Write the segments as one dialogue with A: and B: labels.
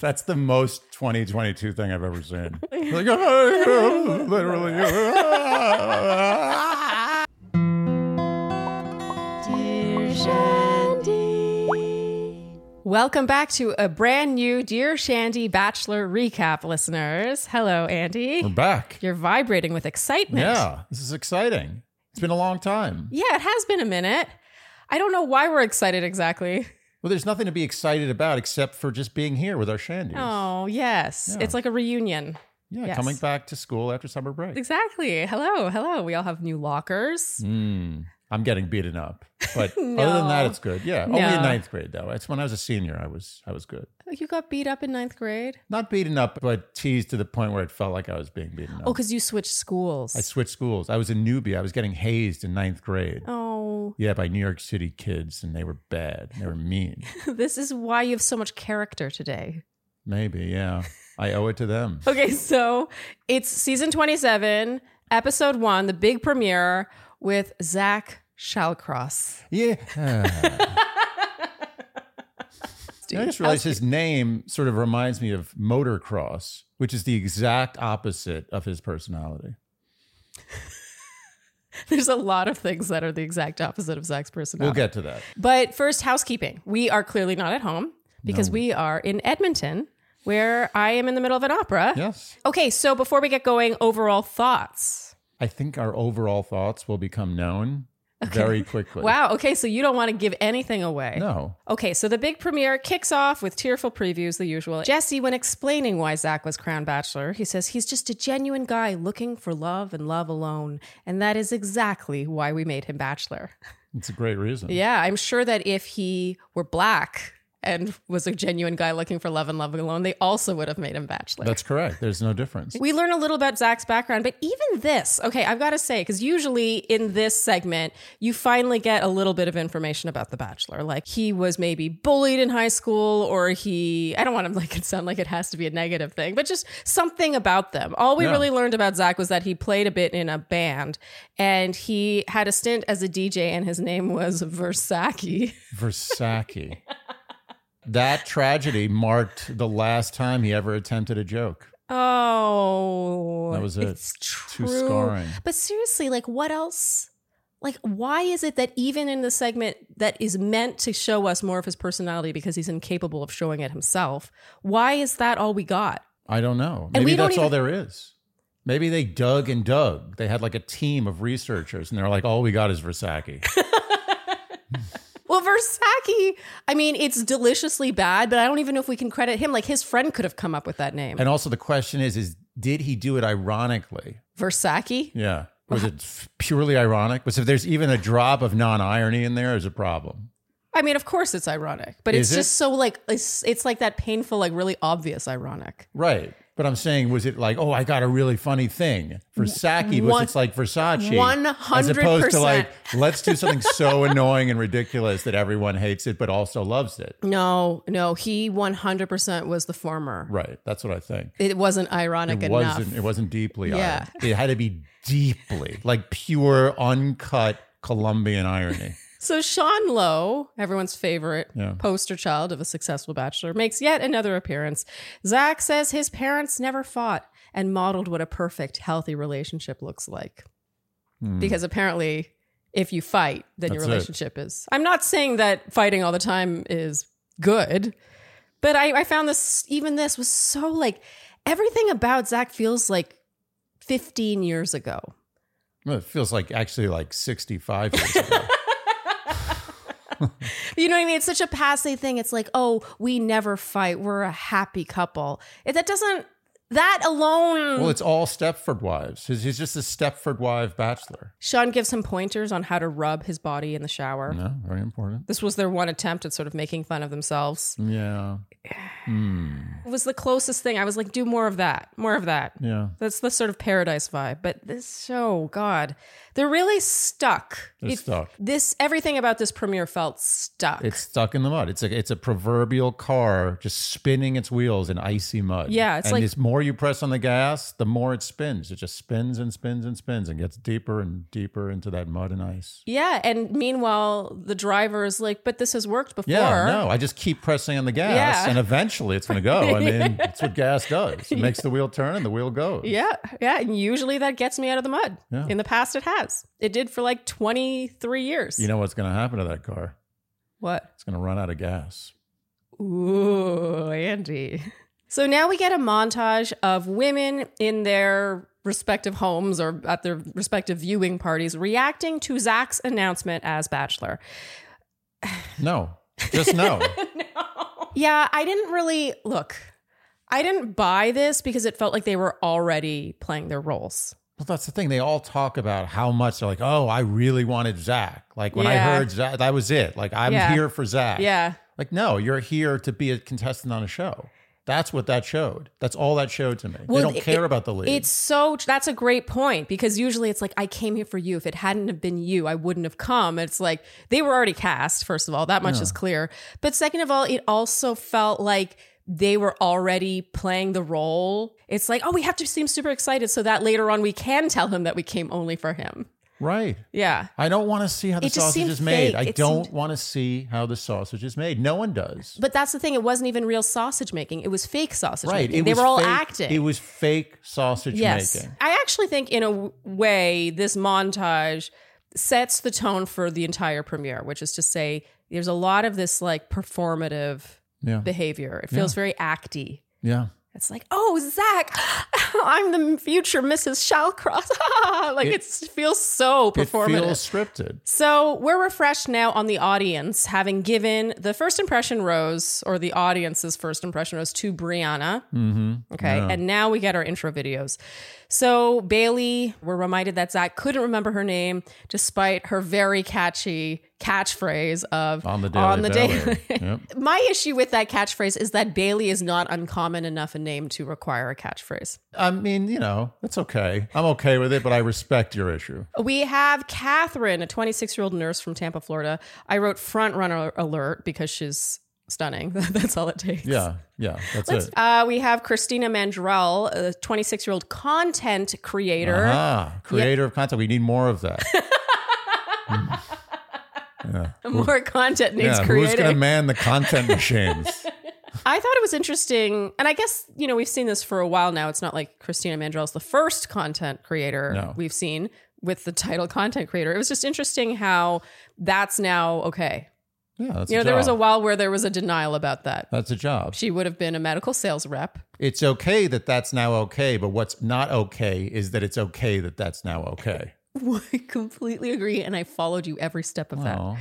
A: That's the most 2022 thing I've ever seen. like, literally.
B: Dear Shandy.
C: Welcome back to a brand new Dear Shandy Bachelor recap, listeners. Hello,
A: We're
C: Andy.
A: back.
C: You're vibrating with excitement.
A: Um, Yeah, this is exciting. It's been a long time.
C: Yeah, it has been a minute. I don't know why we're excited exactly.
A: Well, there's nothing to be excited about except for just being here with our shandies.
C: Oh, yes.
A: Yeah.
C: It's like a reunion.
A: yeah,
C: yes.
A: coming back to school after summer break.
C: Exactly. Hello, hello. We all have new lockers.
A: Mm, I'm getting beaten up, but other than
C: No.
A: that, it's good. Yeah, only
C: No.
A: in ninth grade though. It's when I was a senior, I was I was good.
C: Oh, You got beat up in ninth grade?
A: Not beaten up, but teased to the point where it felt like I was being beaten up.
C: Oh, because you switched schools.
A: I switched schools. I was a newbie. I was getting hazed in ninth grade.
C: oh,
A: Yeah, by New York City kids, and they were bad. They were mean.
C: this is why you have so much character today.
A: Maybe, yeah. I owe it to them.
C: Okay, so it's season 27, episode one, the big premiere with Zach Shallcross.
A: Yeah. And Ah. I just realized his name sort of reminds me of motocross, which is the exact opposite of his personality.
C: There's a lot of things that are the exact opposite of Zach's personality.
A: We'll get to that.
C: But first, housekeeping. We are clearly not at home because we are in Edmonton, where I am in the middle of an opera.
A: Yes.
C: Okay, so before we get going, overall thoughts.
A: I think our overall thoughts will become known very quickly.
C: Wow, okay, so you don't want to give anything away.
A: No.
C: Okay, so the big premiere kicks off with tearful previews, the usual. Jesse, when explaining why Zach was crowned bachelor, he says he's just a genuine guy looking for love and love alone. And that is exactly why we made him bachelor.
A: It's a great reason.
C: Yeah, I'm sure that if he were black and was a genuine guy looking for love and love alone, they also would have made him bachelor.
A: That's correct. There's no difference.
C: We learn a little about Zach's background, but even this, okay, I've got to say, because usually in this segment, you finally get a little bit of information about The Bachelor. Like he was maybe bullied in high school, or he, I don't want to make it sound like it has to be a negative thing, but just something about them. All we
A: Yeah.
C: really learned about Zach was that he played a bit in a band and he had a stint as a DJ, and his name was Versaki.
A: Versaki. that tragedy marked the last time he ever attempted a joke.
C: Oh,
A: That was it.
C: It's
A: Too
C: true.
A: scarring.
C: But seriously, like, what else? Like, why is it that even in the segment that is meant to show us more of his personality because he's incapable of showing it himself, why is that all we got?
A: I don't know.
C: And we
A: Maybe
C: don't
A: that's all
C: even-
A: there is. Maybe they dug and dug. They had like a team of researchers and they're like, all we got is Versaki.
C: Well, Versaki, I mean, it's deliciously bad, but I don't even know if we can credit him. Like, his friend could have come up with that name.
A: and also the question is, is did he do it ironically?
C: Versaki?
A: Yeah. Was it f- purely ironic? Was if there's even a drop of non-irony in there is a problem.
C: I mean, of course it's ironic, but
A: Is
C: it's
A: it?
C: just so like, it's, it's like that painful, like, really obvious ironic.
A: Right. But I'm saying, was it like, oh, I got a really funny thing? Versaki was
C: One-
A: it's like Versace. As
C: 100%.
A: opposed to like, let's do something so annoying and ridiculous that everyone hates it but also loves it.
C: No, no, he 100% was the former.
A: Right. That's what I think.
C: It wasn't ironic
A: it
C: enough.
A: wasn't it wasn't deeply
C: Yeah.
A: irony. It had to be deeply, like pure, uncut Colombian irony.
C: So Sean Lowe, everyone's favorite
A: Yeah.
C: poster child of a successful bachelor, makes yet another appearance. Zach says his parents never fought and modeled what a perfect, healthy relationship looks like.
A: Hmm.
C: Because apparently, if you fight, then your
A: That's it.
C: relationship is. is. I'm not saying that fighting all the time is good, but I, I found this, even this was so like everything about Zach feels like 15 years ago.
A: Well, it feels like actually like 65 years ago.
C: You know what I mean? It's such a passe thing. It's like, oh, we never fight. We're a happy couple. It, that doesn't. That alone.
A: well, it's all Stepford wives. He's, he's just a Stepford wife bachelor.
C: Sean gives him pointers on how to rub his body in the shower.
A: No, very important.
C: This was their one attempt at sort of making fun of themselves.
A: Yeah. Hmm.
C: It was the closest thing. I was like, do more of that. More of that.
A: Yeah.
C: That's the sort of paradise vibe. But this show, God, they're really stuck.
A: They're stuck.
C: This everything about this premiere felt stuck.
A: It's stuck in the mud. It's a it's a proverbial car just spinning its wheels in icy mud.
C: Yeah, it's
A: and
C: like-
A: it's more more you press on the gas, the more it spins. It just spins and spins and spins and gets deeper and deeper into that mud and ice.
C: Yeah. And meanwhile, the driver is like, but this has worked before.
A: Yeah, no, I just keep pressing on the gas
C: Yeah.
A: and eventually it's going to go. I mean, that's what gas does. It makes the wheel turn and the wheel goes.
C: Yeah, yeah, and usually that gets me out of the mud.
A: Yeah.
C: In the past, it has. It did for like twenty three years.
A: You know what's going to happen to that car?
C: what?
A: It's going to run out of gas.
C: Ooh, Andy. So now we get a montage of women in their respective homes or at their respective viewing parties reacting to Zach's announcement as Bachelor.
A: No, just no.
C: Yeah, I didn't really look. I didn't buy this because it felt like they were already playing their roles.
A: Well, that's the thing. They all talk about how much they're like, oh, I really wanted Zach. Like when I
C: Yeah.
A: heard Zach, that was it. Like I'm
C: Yeah.
A: here for Zach.
C: Yeah.
A: Like, no, you're here to be a contestant on a show. That's what that showed. That's all that showed to me.
C: Well,
A: they don't
C: it-
A: care about the league.
C: It's so tr- that's a great point because usually it's like I came here for you. If it hadn't have been you, I wouldn't have come. It's like they were already cast. First of all, that much is clear. But second of all, it also felt like they were already playing the role. It's like, oh, we have to seem super excited so that later on we can tell him that we came only for him.
A: right.
C: Yeah.
A: I don't want to see how the
C: It just
A: sausage
C: seemed
A: is made.
C: fake.
A: I
C: It
A: don't
C: seemed-
A: want to see how the sausage is made. No one does.
C: But that's the thing. It wasn't even real sausage making. It was fake sausage
A: Right.
C: making.
A: It
C: they
A: was
C: were all
A: fake-
C: acting.
A: It was fake sausage
C: Yes.
A: making.
C: I actually think, in a w- way, this montage sets the tone for the entire premiere, which is to say, there's a lot of this like performative
A: Yeah.
C: behavior. It feels very acty.
A: Yeah.
C: It's like, oh, Zach, I'm the future Mrs. Shallcross. like it, feels so
A: It
C: performative.
A: feels scripted.
C: So we're refreshed now on the audience, having given the first impression rose or the audience's first impression rose to Brianna. Mm-hmm. Okay. And now we get our intro videos. So Bailey, we're reminded that Zach couldn't remember her name despite her very catchy catchphrase of
A: On the daily.
C: Daily."
A: Belly. Yep.
C: My issue with that catchphrase is that Bailey is not uncommon enough a name to require a catchphrase.
A: I mean, you know, it's okay. I'm okay with it, but I respect your issue.
C: We have Catherine, a 26 year old nurse from Tampa, Florida. I wrote front runner alert because she's stunning. That's all it takes.
A: Yeah, yeah, that's it.
C: Uh, we have Christina Mandrell, a 26 year old content creator.
A: Ah, creator of content. We need more of that.
C: More content needs
A: yeah, who's
C: creating.
A: going to man the content machines?
C: I thought it was interesting. And I guess, you know, we've seen this for a while now. It's not like Christina Mandrell's the first content creator
A: No.
C: we've seen with the title content creator. It was just interesting how that's now okay.
A: Yeah, that's
C: You know,
A: a
C: there was a
A: job.
C: while where there was a denial about that.
A: That's a job.
C: She would have been a medical sales rep.
A: It's okay that that's now okay, but what's not okay is that it's okay that that's now okay.
C: I completely agree, and I followed you every step of that.
A: Oh,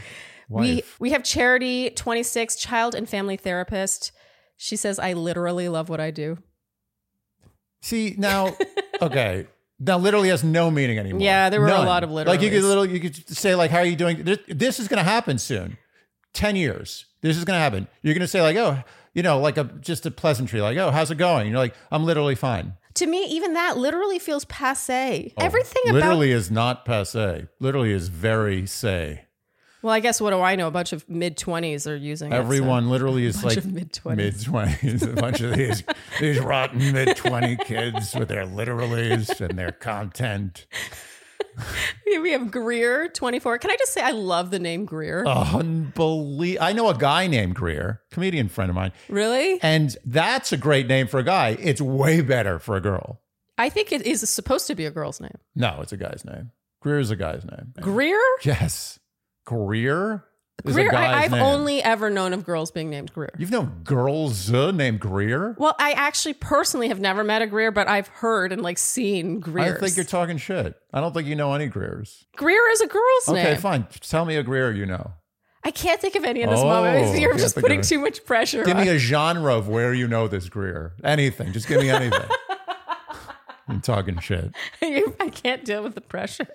C: We
A: wife.
C: we have Charity, 26, child and family therapist. She says, "I literally love what I do."
A: See now, okay. Now, literally has no meaning anymore.
C: Yeah, there were a
A: None.
C: lot of
A: Like you could
C: literallys.
A: little, you could say like, "How are you doing?" This, this is going to happen soon. Ten years. This is going to happen. You're going to say like, "Oh, you know, like a just a pleasantry, like, oh, how's it going?" You're like, "I'm literally fine."
C: To me, even that literally feels passe. Everything about
A: Oh, literally is not passe. Literally is very say.
C: well, I guess what do I know? A bunch of mid twenties are using it, so-
A: Everyone literally is
C: bunch
A: like
C: of mid-twenties.
A: mid twenties. A bunch of these these rotten mid twenty kids with their literallys and their content.
C: we have Greer, twenty four. Can I just say I love the name
A: Uh,
C: Greer?
A: Unbelievable. I know a guy named Greer, comedian friend of mine,
C: really?
A: and that's a great name for a guy. It's way better for a girl.
C: I think it is supposed to be a girl's name.
A: No, it's a guy's name. Greer is a guy's name.
C: Greer.
A: Yes, Greer. Is a
C: Greer.
A: guy's
C: I, I've
A: name.
C: only ever known of girls being named Greer.
A: You've known girls uh, named Greer.
C: Well, I actually personally have never met a Greer, but I've heard and like seen Greers.
A: I think you're talking shit. I don't think you know any Greers.
C: Greer is a girl's
A: Okay,
C: name.
A: fine. Tell me a Greer you know.
C: I can't think of any in this
A: Oh,
C: moment. You're
A: can't
C: just
A: think of
C: putting
A: it.
C: too much pressure.
A: Give
C: on.
A: me a genre of where you know this Greer. Anything. Just give me anything. I'm talking shit.
C: I can't deal with the pressure.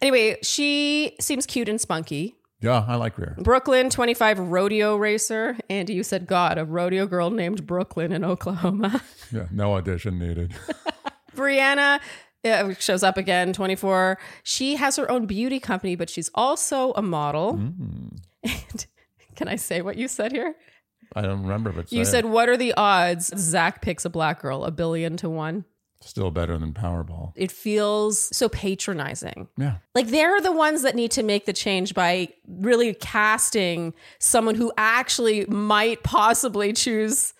C: anyway, she seems cute and spunky.
A: Yeah, I like Greer.
C: Brooklyn, 25, rodeo racer. Andy, you said God, a rodeo girl named Brooklyn in Oklahoma.
A: Yeah, no audition needed.
C: Brianna uh, shows up again, 24. She has her own beauty company, but she's also a model. And can I say what you said here?
A: I don't remember, but
C: You
A: say it.
C: said, What are the odds Zach picks a black girl? A billion to one?
A: still better than Powerball.
C: It feels so patronizing.
A: Yeah.
C: Like they're the ones that need to make the change by really casting someone who actually might possibly choose,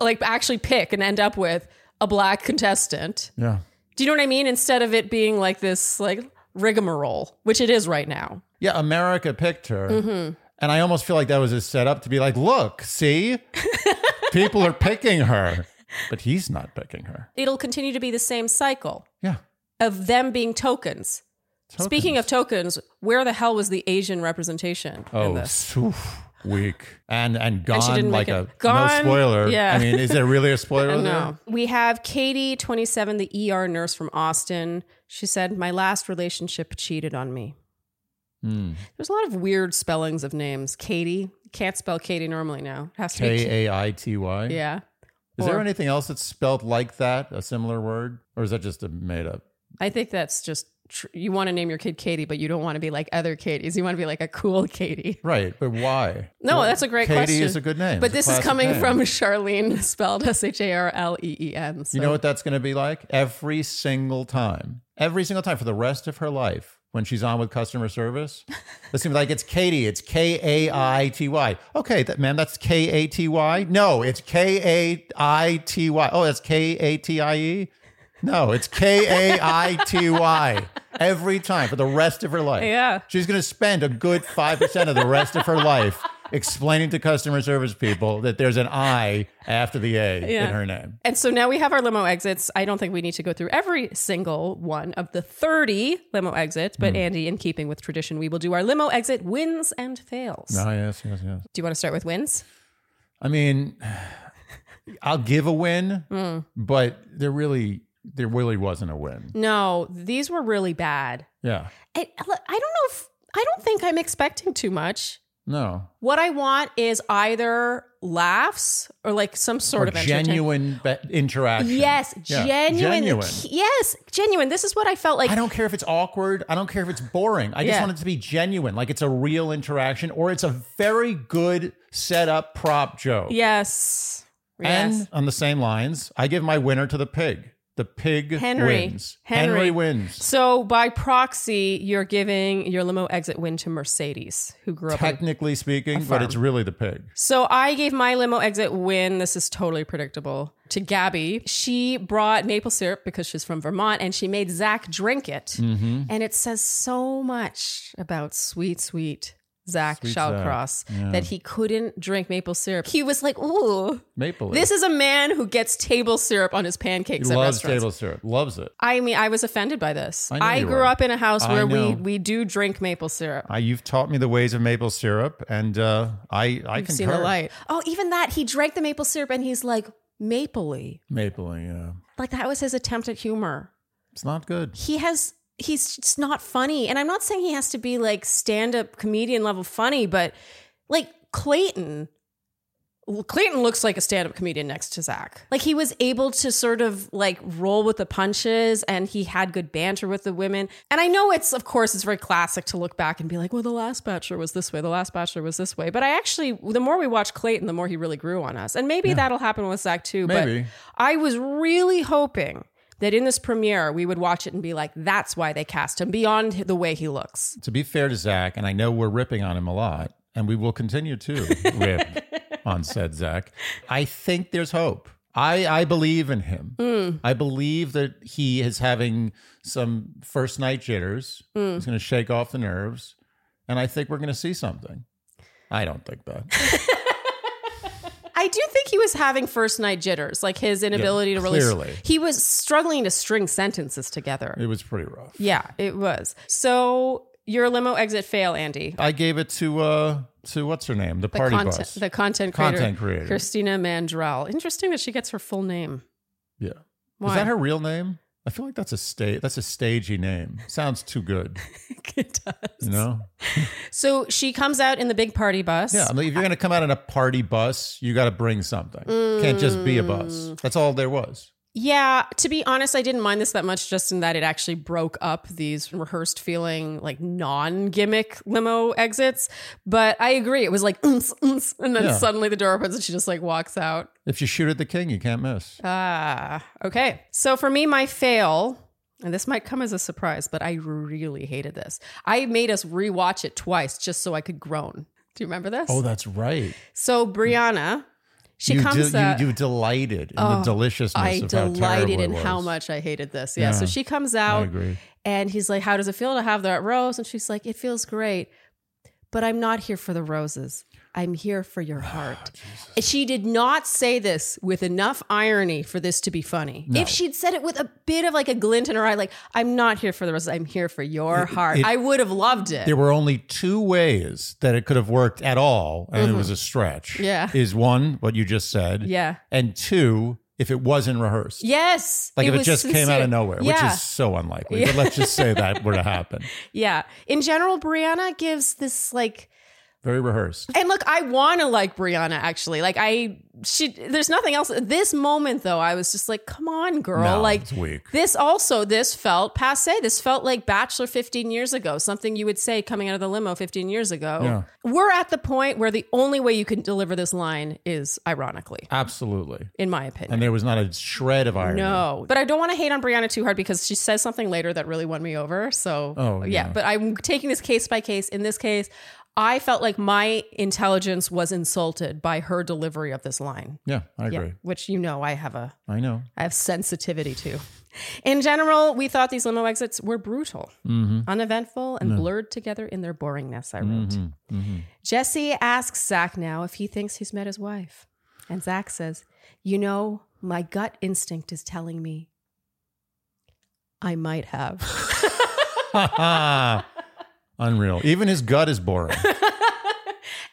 C: like actually pick and end up with a black contestant.
A: Yeah.
C: Do you know what I mean? Instead of it being like this like rigmarole, which it is right now.
A: Yeah, America picked her.
C: Mm-hmm.
A: And I almost feel like that was just set up to be like, look, see, people are picking her, but he's not picking her.
C: It'll continue to be the same cycle
A: Yeah.
C: of them being tokens. Speaking of tokens, where the hell was the Asian representation in
A: oh,
C: this?
A: s- oof, weak and and gone
C: didn't
A: like
C: make
A: a
C: it. Gone,
A: no spoiler.
C: yeah.
A: I mean, is there really a spoiler?
C: No.
A: there?
C: We have Katie, 27, the ER nurse from Austin. She said, My last relationship cheated on me.
A: Hmm.
C: There's a lot of weird spellings of names. Katie. Can't spell Katie normally now. Has to be.
A: K a i t y.
C: K- yeah.
A: Is there
C: Or-
A: anything else that's spelled like that? A similar word, or is that just a made up?
C: I think that's just. Tr- you want to name your kid Katie, but you don't want to be like other Katies. You want to be like a cool Katie.
A: Right, but why?
C: No, that's a great
A: Katie
C: question.
A: is a good name.
C: But
A: It's a
C: this is
A: classic
C: coming
A: name.
C: from Charlene, spelled S H A R L E E N.
A: You know what that's going to be like? Every single time. Every single time for the rest of her life when she's on with customer service. It's going to be like, it's Katie. It's K A I T Y. Okay, that, ma'am, that's K A T Y. No, it's K A I T Y. Oh, that's K A T I E. No, it's K A I T Y. Every time for the rest of her life.
C: Yeah.
A: She's going to spend a good 5% of the rest of her life explaining to customer service people that there's an I after the A
C: Yeah.
A: in her name.
C: And so now we have our limo exits. I don't think we need to go through every single one of the 30 limo exits,
A: Hmm.
C: but Andy, in keeping with tradition, we will do our limo exit wins and fails.
A: Oh, yes, yes, yes.
C: Do you want to start with wins?
A: I mean, I'll give a win,
C: Hmm.
A: but there really, there really wasn't a win.
C: No, these were really bad.
A: Yeah.
C: I, I don't know if, I don't think I'm expecting too much.
A: No.
C: What I want is either laughs or like some sort
A: Or
C: of entertainment.
A: genuine be- interaction.
C: Yes,
A: Yeah,
C: genuine.
A: genuine.
C: Yes, genuine. This is what I felt like.
A: I don't care if it's awkward. I don't care if it's boring. I just
C: Yeah.
A: want it to be genuine, like it's a real interaction or it's a very good setup prop joke.
C: Yes.
A: And
C: Yes.
A: on the same lines, I give my winner to the pig. The pig
C: Henry.
A: wins.
C: Henry.
A: wins.
C: So by proxy, you're giving your limo exit win to Mercedes, who grew up. in-
A: Technically speaking, but it's really the pig.
C: so I gave my limo exit win. This is totally predictable to Gabby. She brought maple syrup because she's from Vermont, and she made Zach drink it.
A: Mm.
C: And it says so much about sweet, sweet. Zach
A: Sweet
C: Shawcross, that he couldn't drink maple syrup. He was like, "Ooh,
A: Maple. leaf.
C: this is a man who gets table syrup on his pancakes at
A: loves
C: restaurants."
A: table syrup. Loves it.
C: I mean, I was offended by this.
A: I know
C: I,
A: you
C: grew
A: were.
C: up in a house
A: I
C: where we
A: know.
C: we do drink maple syrup.
A: I, you've taught me the ways of maple syrup, and uh, I I
C: Seen
A: concur.
C: the light. Oh, even that he drank the maple syrup and he's like mapley.
A: Maple, yeah,
C: Like that was his attempt at humor.
A: it's not good.
C: He has he's just not funny. And I'm not saying he has to be like stand-up comedian level funny, but like Clayton well, Clayton looks like a stand-up comedian next to Zach. Like he was able to sort of like roll with the punches and he had good banter with the women. And I know it's of course it's very classic to look back and be like, well, the last bachelor was this way, the last bachelor was this way. But I actually the more we watch Clayton, the more he really grew on us. And maybe that'll happen with Zach too.
A: Maybe.
C: But I was really hoping that in this premiere we would watch it and be like, that's why they cast him beyond the way he looks.
A: To be fair to Zach, and I know we're ripping on him a lot, and we will continue to rip on said Zach. I think there's hope. I I believe in him.
C: Hmm.
A: I believe that he is having some first night jitters.
C: Hmm.
A: He's going to shake off the nerves, and I think we're going to see something. I don't think that.
C: I do think he was having first night jitters, like his inability to really.
A: clearly.
C: He was struggling to string sentences together.
A: It was pretty rough.
C: yeah, it was. So your limo exit fail, Andy.
A: I gave it to uh to what's her name? The, party
C: content,
A: bus.
C: the content creator,
A: Content creator.
C: Christina Mandrell. Interesting that she gets her full name.
A: yeah.
C: Why?
A: Is that her real name? I feel like that's a state that's a stagey name. Sounds too good.
C: it does.
A: You know?
C: So she comes out in the big party bus.
A: Yeah. I mean, if you're gonna
C: Mm.
A: come out in a party bus, you gotta bring something. Can't just be a bus. That's all there was.
C: Yeah, to be honest, I didn't mind this that much just in that it actually broke up these rehearsed feeling like non-gimmick limo exits. But I agree, it was like "Unce, unce," and then
A: Yeah.
C: suddenly the door opens and she just like walks out.
A: If you shoot at the king, you can't miss.
C: Ah, okay. So for me, my fail, and this might come as a surprise, but I really hated this. I made us rewatch it twice just so I could groan. Do you remember this?
A: Oh, that's right.
C: so Brianna, she
A: you,
C: comes
A: de-
C: up.
A: you, you delighted in
C: Oh,
A: the deliciousness
C: I
A: of how
C: delighted
A: terrible
C: in
A: it was.
C: how much I hated this. Yeah. So
A: Yeah. Oh,
C: she comes
A: I
C: out
A: agree.
C: and he's like, How does it feel to have that rose? And she's like, It feels great, but I'm not here for the roses. I'm here for your
A: Ah,
C: heart. And she did not say this with enough irony for this to be funny.
A: No.
C: If she'd said it with a bit of like a glint in her eye, like, I'm not here for the roses, I'm here for your heart,
A: it-
C: I would have loved it.
A: There were only two ways that it could have worked at all, and it was a stretch.
C: Mm-hmm. Yeah.
A: Is one, what you just said.
C: yeah.
A: And two, if it wasn't rehearsed.
C: Yes.
A: Like if it
C: was
A: just came out
C: sincere.
A: of nowhere,
C: Yeah.
A: which is so unlikely. But let's just say that were to happen.
C: yeah. In general, Brianna gives this like
A: Very rehearsed.
C: And look, I want to like Brianna actually. Like I she there's nothing else this moment though. I was just like, "Come on, girl."
A: No,
C: like
A: it's weak.
C: this also this felt passé. This felt like Bachelor 15 years ago, something you would say coming out of the limo 15 years ago. We're at the point where the only way you can deliver this line is ironically,
A: Absolutely.
C: in my opinion.
A: And there was not a shred of irony.
C: No, but I don't want to hate on Brianna too hard because she says something later that really won me over. So,
A: Oh,
C: yeah.
A: yeah.
C: But I'm taking this case by case. In this case, I felt like my intelligence was insulted by her delivery of this line.
A: Yeah, I agree.
C: which you know I have a
A: I know.
C: I have sensitivity to. In general, we thought these limo exits were brutal,
A: Mm-hmm.
C: uneventful, and blurred together in their boringness. I wrote.
A: Mm-hmm.
C: Jesse asks Zach now if he thinks he's met his wife. And Zach says, You know, my gut instinct is telling me I might have.
A: Mm-hmm. Unreal. Even his gut is boring.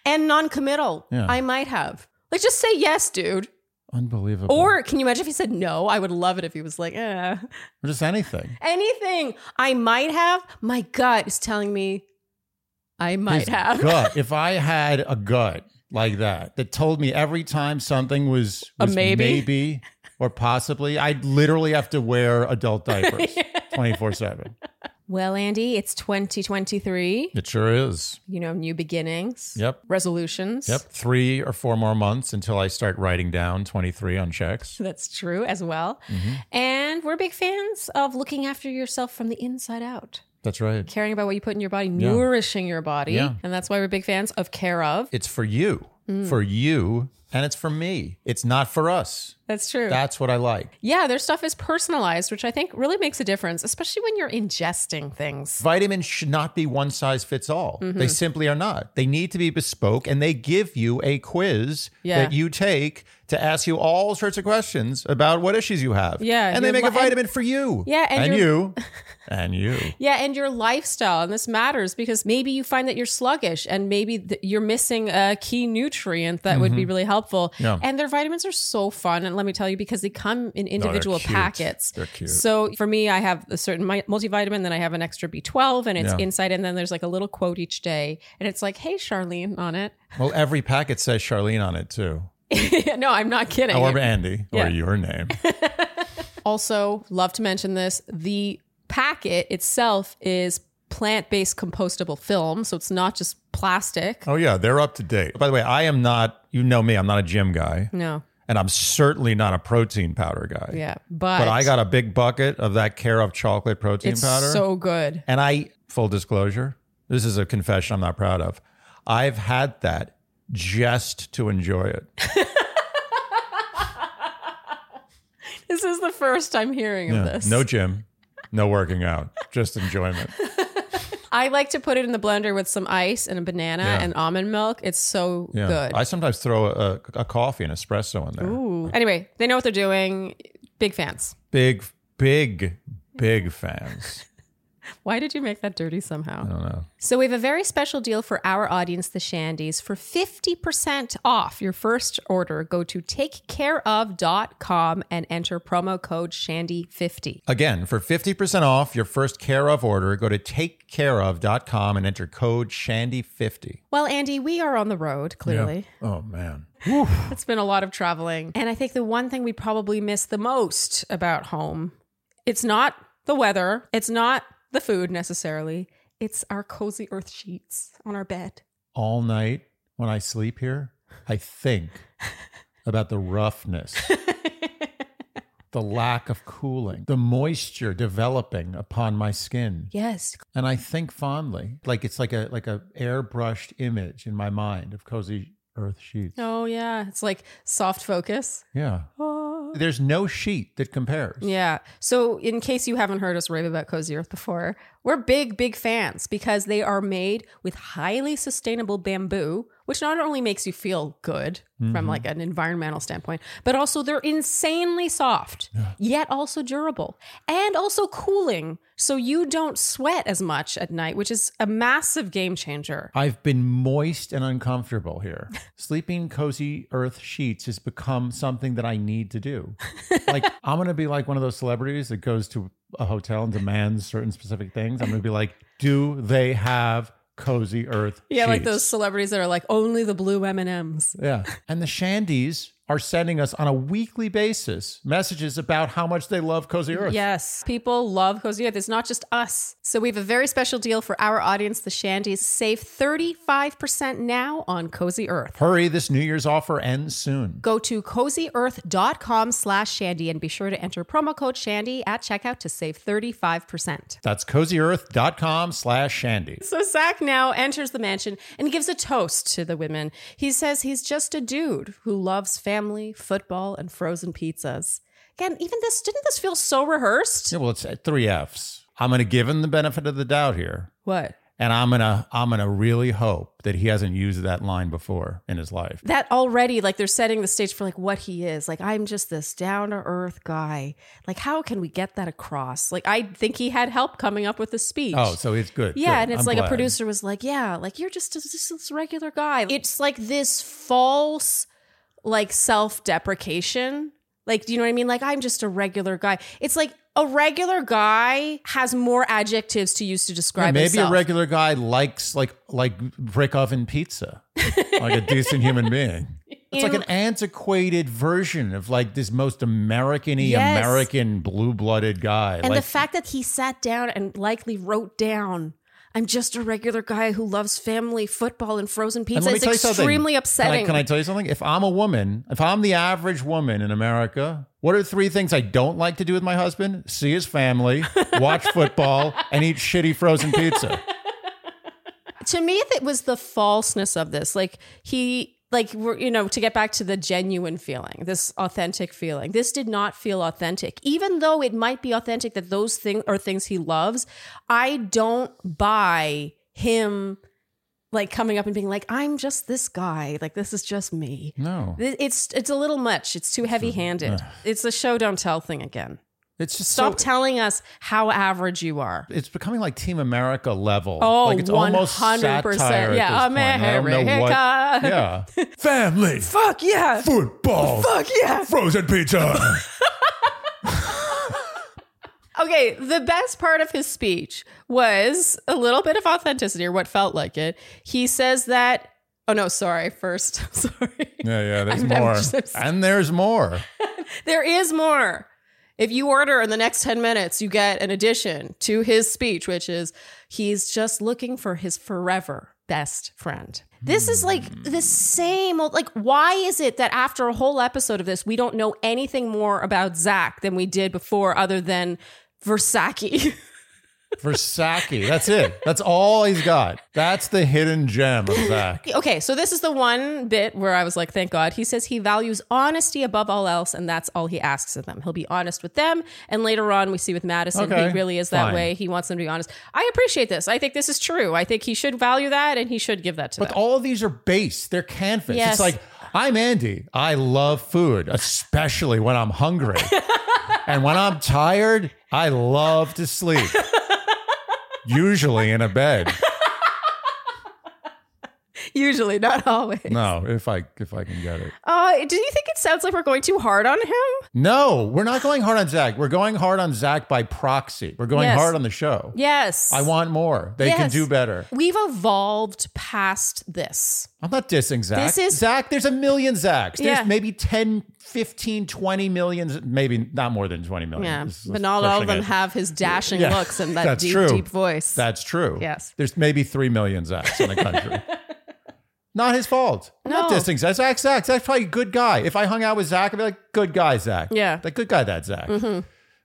C: and non committal,
A: Yeah.
C: I might have. Like, just say yes, dude.
A: Unbelievable.
C: Or can you imagine if he said no? I would love it if he was like, eh.
A: Or just anything.
C: Anything I might have, my gut is telling me I might
A: His
C: have.
A: gut. If I had a gut like that that told me every time something was,
C: A
A: was
C: maybe.
A: maybe or possibly, I'd literally have to wear adult diapers 24 7.
C: Well, Andy, it's 2023.
A: It sure is.
C: You know, new beginnings.
A: Yep.
C: Resolutions.
A: Yep. Three or four more months until I start writing down 23 on checks.
C: That's true as well. And we're big fans of looking after yourself from the inside out,
A: That's right.
C: caring about what you put in your body, nourishing your body.
A: Yeah.
C: And that's why we're big fans of Care of.
A: It's for you,
C: Mm.
A: for you, and it's for me. It's not for us.
C: That's true.
A: That's what I like.
C: yeah, their stuff is personalized, which I think really makes a difference, especially when you're ingesting things.
A: Vitamins should not be one size fits all.
C: Mm-hmm.
A: They simply are not. They need to be bespoke, and they give you a quiz
C: Yeah.
A: that you take to ask you all sorts of questions about what issues you have.
C: Yeah,
A: and they
C: your
A: make a
C: li-
A: vitamin for you.
C: Yeah, and your-
A: you, and you.
C: Yeah, and your lifestyle, and this matters because maybe you find that you're sluggish, and maybe th- you're missing a key nutrient that would be really helpful.
A: Mm-hmm. Yeah.
C: And their vitamins are so fun, and let me tell you, because they come in individual
A: cute.
C: packets.
A: They're cute.
C: So for me, I have a certain mi- multivitamin, then I have an extra B12, and it's
A: Yeah.
C: inside, and then there's like a little quote each day, and it's like, "Hey, Charlene," on it.
A: Well, every packet says Charlene on it too, Oh,
C: no, I'm not kidding.
A: or Andy,
C: Yeah.
A: or your name.
C: Also, love to mention this the packet itself is plant based compostable film. So it's not just plastic.
A: Oh yeah, they're up to date. By the way, I am not. You know me. I'm not a gym guy,
C: No.
A: and I'm certainly not a protein powder guy.
C: Yeah. But,
A: But I got a big bucket of that Care of chocolate protein
C: it's
A: powder.
C: so good.
A: And I, full disclosure, this is a confession I'm not proud of. I've had that just to enjoy it.
C: This is the first I'm hearing of this.
A: No gym, no working out, just enjoyment.
C: I like to put it in the blender with some ice and a banana
A: Yeah.
C: and almond milk. It's so
A: Yeah.
C: good.
A: I sometimes throw a, a coffee and espresso in there.
C: Ooh. Anyway, they know what they're doing. Big fans.
A: Big, big, big fans.
C: Why did you make that dirty somehow?
A: I don't know.
C: So we have a very special deal for our audience, the Shandies. For 50% off your first order, go to takecareof.com and enter promo code Shandy50.
A: Again, for 50% off your first care of order, go to takecareof.com and enter code Shandy50.
C: Well, Andy, we are on the road, clearly.
A: Oh, man.
C: It's been a lot of traveling. And I think the one thing we probably miss the most about home, it's not the weather, it's not the food necessarily, it's our cozy earth sheets on our bed.
A: All night when I sleep here, I think about the roughness, the lack of cooling, the moisture developing upon my skin.
C: yes,
A: And I think fondly, like it's like a like a airbrushed image in my mind of cozy earth sheets.
C: Oh yeah, it's like soft focus.
A: Yeah. There's no sheet that compares.
C: Yeah. So in case you haven't heard us rave about Cozy Earth before, we're big big fans because they are made with highly sustainable bamboo, which not only makes you feel good from like an environmental standpoint, but also they're insanely soft, yet also durable and also cooling, so you don't sweat as much at night, which is a massive game changer.
A: I've been moist and uncomfortable here. Sleeping cozy earth sheets has become something that I need to do. Like, I'm going to be like one of those celebrities that goes to a hotel and demands certain specific things. I'm going to be like, do they have cozy earth
C: Yeah, like
A: sheets?"
C: those celebrities that are like only the blue M&Ms.
A: Yeah. And the Shandies are sending us on a weekly basis messages about how much they love cozy earth.
C: Yes, people love Cozy Earth. It's not just us. So we have a very special deal for our audience, the Shandies. Save 35% now on Cozy Earth.
A: Hurry, this New Year's offer ends soon.
C: Go to cozyearth.com slash Shandy and be sure to enter promo code Shandy at checkout to save 35%.
A: That's cozyearth.com slash Shandy.
C: So Zach now enters the mansion and gives a toast to the women. He says he's just a dude who loves family, football, and frozen pizzas. Again, even this, didn't this feel so rehearsed?
A: Yeah, well, it's uh, three F's. I'm going to give him the benefit of the doubt here,
C: What?
A: and I'm gonna I'm gonna really hope that he hasn't used that line before in his life.
C: that already like they're setting the stage for like what he is like i'm just this down to earth guy like how can we get that across like i think he had help coming up with the speech
A: Oh, so it's good.
C: yeah
A: good.
C: and it's
A: I'm
C: like a
A: glad.
C: producer was like yeah like you're just this, this regular guy it's like this false like self-deprecation like do you know what i mean like i'm just a regular guy it's like a regular guy has more adjectives to use to describe
A: Yeah, maybe
C: himself.
A: a regular guy likes like like brick oven pizza, like a decent human being. It's like
C: In-
A: an antiquated version of like this most American-y
C: Yes.
A: American blue-blooded guy.
C: And
A: like,
C: the fact that he sat down and likely wrote down, I'm just a regular guy who loves family, football, and frozen
A: and
C: pizza
A: let me
C: is
A: tell you something.
C: extremely
A: Can I-
C: upsetting.
A: Can I, tell you something? If I'm a woman, if I'm the average woman in America, what are three things I don't like to do with my husband? See his family, watch football, and eat shitty frozen pizza.
C: to me, it was the falseness of this. Like, he. Like we're, you know, to get back to the genuine feeling, this authentic feeling. This did not feel authentic, even though it might be authentic that those things are things he loves. I don't buy him like coming up and being like, "I'm just this guy. Like this is just me."
A: No.
C: Th- It's it's a little much. It's too heavy handed. It's a show don't tell thing again.
A: It's just
C: Stop
A: so,
C: telling us how average you are.
A: it's becoming like Team America level.
C: Oh,
A: like it's almost
C: 100%.
A: satire at this
C: Yeah,
A: point. I don't know what-
C: America.
A: Yeah. Family,
C: Fuck yeah.
A: football,
C: Fuck yeah.
A: frozen pizza.
C: Okay, the best part of his speech was a little bit of authenticity or what felt like it. He says that Oh no, sorry. First, I'm sorry.
A: yeah, yeah, there's
C: I'm- I'm
A: more.
C: just-
A: and there's more.
C: There is more. If you order in the next 10 minutes, you get an addition to his speech, which is he's just looking for his forever best friend. This is like the same old, like, why is it that after a whole episode of this, we don't know anything more about Zach than we did before, other than Versaki?
A: Versaki. That's it. That's all he's got. That's the hidden gem of Zach.
C: okay, so this is the one bit where I was like, thank God. He says he values honesty above all else, and that's all he asks of them. He'll be honest with them. And later on, we see with Madison,
A: Okay,
C: he really is that
A: fine.
C: way. He wants them to be honest. I appreciate this. I think this is true. I think he should value that and he should give that to
A: But
C: them.
A: all of these are base. They're canvas.
C: Yes.
A: It's like I'm Andy. I love food, especially when I'm hungry. and when I'm tired, I love to sleep. usually in a bed.
C: Usually, not always.
A: No, if I if I can get it.
C: Uh, do you think it sounds like we're going too hard on him?
A: No, we're not going hard on Zach. We're going hard on Zach by proxy. We're going
C: Yes.
A: hard on the show.
C: Yes.
A: I want more. They can
C: Yes.
A: do better.
C: We've evolved past this.
A: I'm not dissing Zach.
C: This is-
A: Zach, there's a million Zachs. There's
C: Yeah.
A: maybe 10, 15, 20 million, maybe not more than 20 million.
C: Yeah,
A: This is
C: but not all of
A: pushing
C: them
A: it.
C: have his dashing
A: Yeah.
C: looks and that
A: That's
C: deep,
A: true.
C: deep voice.
A: That's true.
C: Yes.
A: There's maybe 3 million Zachs in the country. not his fault. I'm not
C: No.
A: dissing Zach. Zach, Zach, Zach's probably a good guy. If I hung out with Zach, I'd be like, good guy, Zach.
C: Yeah. Mm-hmm.
A: Like, good guy, that Zach.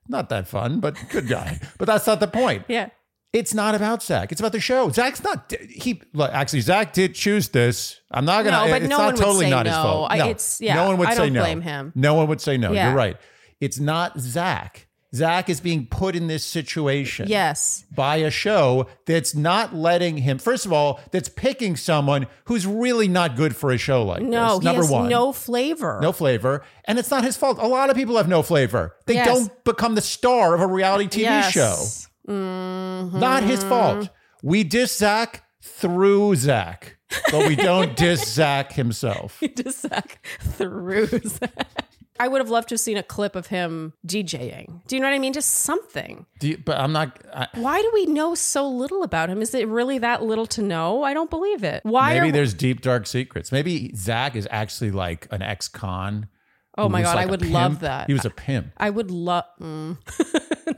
A: Not that fun, but good guy. but that's not the point.
C: yeah.
A: It's not about Zach. It's about the show. Zach's not. He look, actually Zach did choose this. I'm not gonna.
C: No, but
A: it's not
C: no one would
A: totally
C: say
A: not his
C: no.
A: fault.
C: I-
A: No,
C: it's- yeah,
A: no one would
C: I
A: say
C: don't
A: no.
C: blame him.
A: No one would say no.
C: Yeah.
A: You're right. It's not Zach. Zach is being put in this situation
C: Yes.
A: by a show that's not letting him. First of all, that's picking someone who's really not good for a show like
C: No,
A: this.
C: he
A: Number
C: has
A: one,
C: no flavor.
A: no flavor, and it's not his fault. A lot of people have no flavor. They
C: Yes.
A: don't become the star of a reality TV
C: Yes.
A: show. Not his fault. We diss Zach through Zach, but we don't diss Zach himself.
C: to Zach through Zach. I would have loved to have seen a clip of him DJing. Do you know what I mean? Just something.
A: Do you, but I'm not. I,
C: Why do we know so little about him? Is it really that little to know? I don't believe it. Why
A: maybe
C: are
A: there's deep dark secrets. Maybe Zach is actually like an ex-con.
C: Oh my
A: who was
C: god,
A: like
C: I
A: a
C: would
A: pimp.
C: love that.
A: He was a pimp.
C: I would love mm.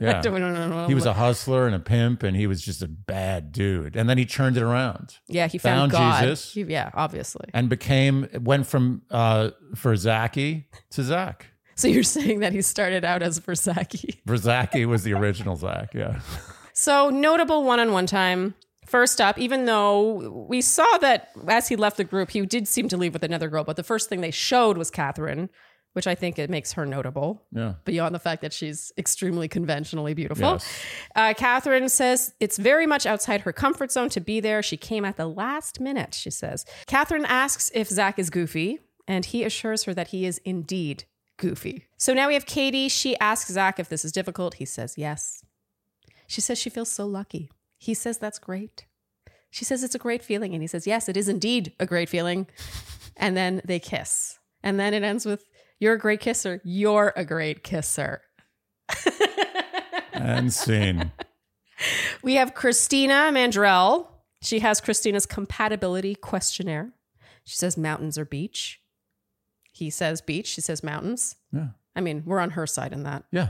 A: Yeah.
C: I don't, no, no, no.
A: He was a hustler and a pimp, and he was just a bad dude. And then he turned it around.
C: Yeah, he
A: found
C: found, God.
A: Jesus.
C: He- yeah, obviously.
A: and became went from uh for Zaki to Zach.
C: So you're saying that he started out as Versaki.
A: Verzaki was the original Zach, yeah.
C: So notable one-on-one time. First up, even though we saw that as he left the group, he did seem to leave with another girl, but the first thing they showed was Catherine, which I think it makes her notable.
A: Yeah.
C: Beyond the fact that she's extremely conventionally beautiful.
A: Yes.
C: Uh, Catherine says it's very much outside her comfort zone to be there. She came at the last minute, she says. Catherine asks if Zach is goofy, and he assures her that he is indeed goofy. So now we have Katie. She asks Zach if this is difficult. He says yes. She says she feels so lucky. He says that's great. She says it's a great feeling. And he says, yes, it is indeed a great feeling. And then they kiss. And then it ends with, you're a great kisser. You're a great kisser.
A: And scene.
C: We have Christina Mandrell. She has Christina's compatibility questionnaire. She says mountains or beach. He says beach. She says mountains.
A: Yeah. Oh,
C: I mean, we're on her side in that.
A: Yeah.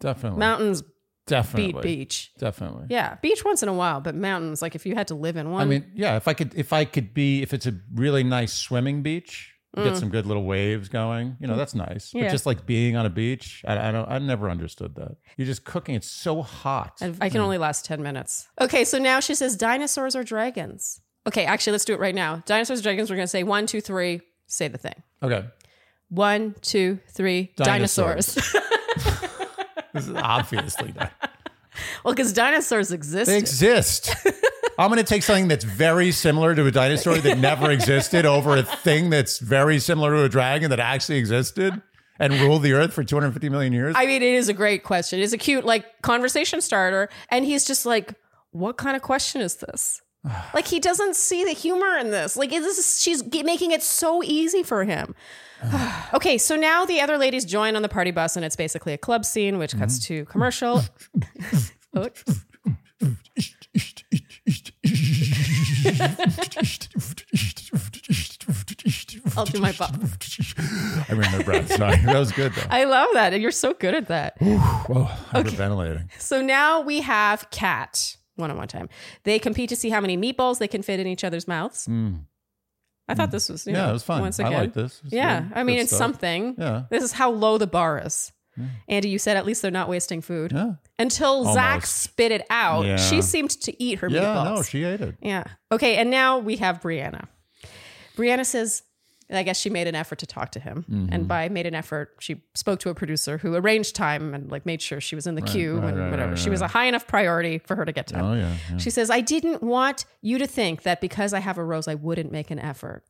A: Definitely.
C: Mountains
A: definitely.
C: beat beach.
A: Definitely.
C: Yeah, beach once in a while, but mountains, like if you had to live in one.
A: I mean, yeah, if I could if I could be if it's a really nice swimming beach, get some good little waves going, you know, that's nice.
C: Mm. Yeah.
A: But just like being on a beach, I, I don't I never understood that. You're just cooking, it's so hot.
C: And I can only last 10 minutes. Okay, so now she says dinosaurs or dragons. Okay, actually, let's do it right now. Dinosaurs, dragons, we're going to say one, two, three, say the thing.
A: okay.
C: One, two, three, dinosaurs.
A: Dinosaurs. This is obviously not.
C: well, because dinosaurs exist.
A: They exist. I'm going to take something that's very similar to a dinosaur that never existed over a thing that's very similar to a dragon that actually existed and ruled the earth for 250 million years.
C: I mean, it is a great question. It's a cute, like, conversation starter. And he's just like, what kind of question is this? like, he doesn't see the humor in this. Like, this is, she's g- making it so easy for him. okay, so now the other ladies join on the party bus, and it's basically a club scene, which cuts
A: Mm-hmm.
C: to commercial. Oops. I'll do my bop.
A: I ran my breath. Sorry. That was good, though.
C: I love that. You're so good at that.
A: Whoa, hyperventilating.
C: So now we have cat one on one time. They compete to see how many meatballs they can fit in each other's mouths. I thought this was you
A: Mm. Yeah,
C: know,
A: it was fun.
C: Once
A: I
C: again,
A: like this. It's
C: yeah,
A: good-
C: I mean
A: good
C: it's
A: stuff.
C: something.
A: Yeah.
C: this is how low the bar is. Andy, you said at least they're not wasting food.
A: Yeah.
C: Until Zach
A: Almost.
C: spit it out,
A: Yeah.
C: she seemed to eat her
A: Yeah,
C: meatballs.
A: no, she ate it.
C: Yeah. Okay. And now we have Brianna. Brianna says, and I guess she made an effort to talk to him.
A: Mm-hmm.
C: And by made an effort, she spoke to a producer who arranged time and like made sure she was in the queue
A: right,
C: and
A: right,
C: whatever.
A: right,
C: she was a high enough priority for her to get to him.
A: Oh, yeah. yeah.
C: She says, I didn't want you to think that because I have a rose, I wouldn't make an effort.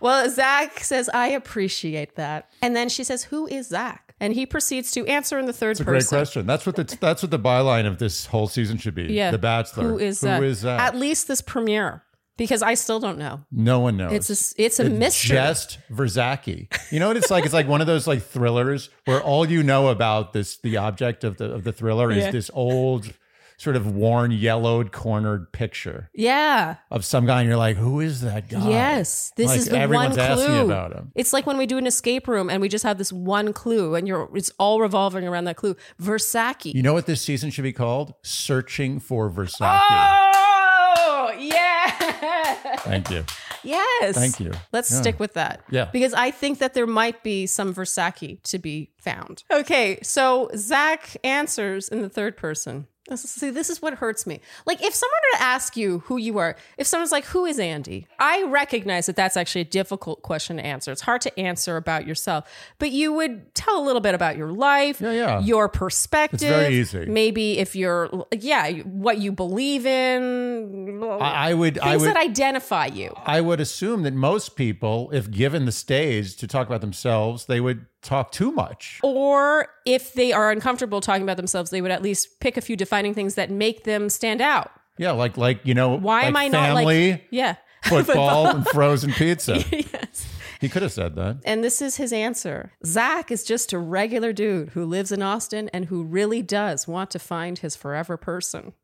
C: Well, Zach says, I appreciate that. And then she says, Who is Zach? And he proceeds to answer in the third
A: It's a great
C: person.
A: question. That's what the that's what the byline of this whole season should be.
C: Yeah.
A: The Bachelor.
C: Who is Zach?
A: Who is that?
C: At least this premiere, because I still don't know.
A: no one knows.
C: It's a, s- it's a mystery.
A: Just Verzaki. You know what it's like? It's like one of those like thrillers where all you know about this the object of the of the thriller is
C: Yeah.
A: this old sort of worn yellowed cornered picture
C: yeah.
A: of some guy and you're like, who is that guy?
C: Yes, this
A: Like,
C: is the one
A: everyone's
C: clue.
A: asking about him.
C: It's like when we do an escape room and we just have this one clue, and you're it's all revolving around that clue. Versaki.
A: You know what this season should be called? Searching for Versaki.
C: Ah! oh yeah,
A: Thank you.
C: yes.
A: Thank you.
C: Let's
A: Yeah.
C: stick with that.
A: Yeah.
C: Because I think that there might be some Versaki to be found. Okay, so Zach answers in the third person. This is- See, this is what hurts me. Like, if someone were to ask you who you are, if someone's like, who is Andy? I recognize that that's actually a difficult question to answer. It's hard to answer about yourself, but you would tell a little bit about your life,
A: Yeah, yeah.
C: your perspective.
A: easy.
C: Maybe if you're, yeah, what you believe in, things
A: I, I would I would
C: that identify you.
A: I would assume that most people, if given the stage to talk about themselves, they would talk too much.
C: or if they are uncomfortable talking about themselves, they would at least pick a few defining things that make them stand out.
A: Yeah, like like you know,
C: Why am
A: like
C: I not
A: family,
C: like yeah?
A: football, and frozen pizza.
C: yes.
A: He could have said that.
C: And this is his answer. Zach is just a regular dude who lives in Austin and who really does want to find his forever person.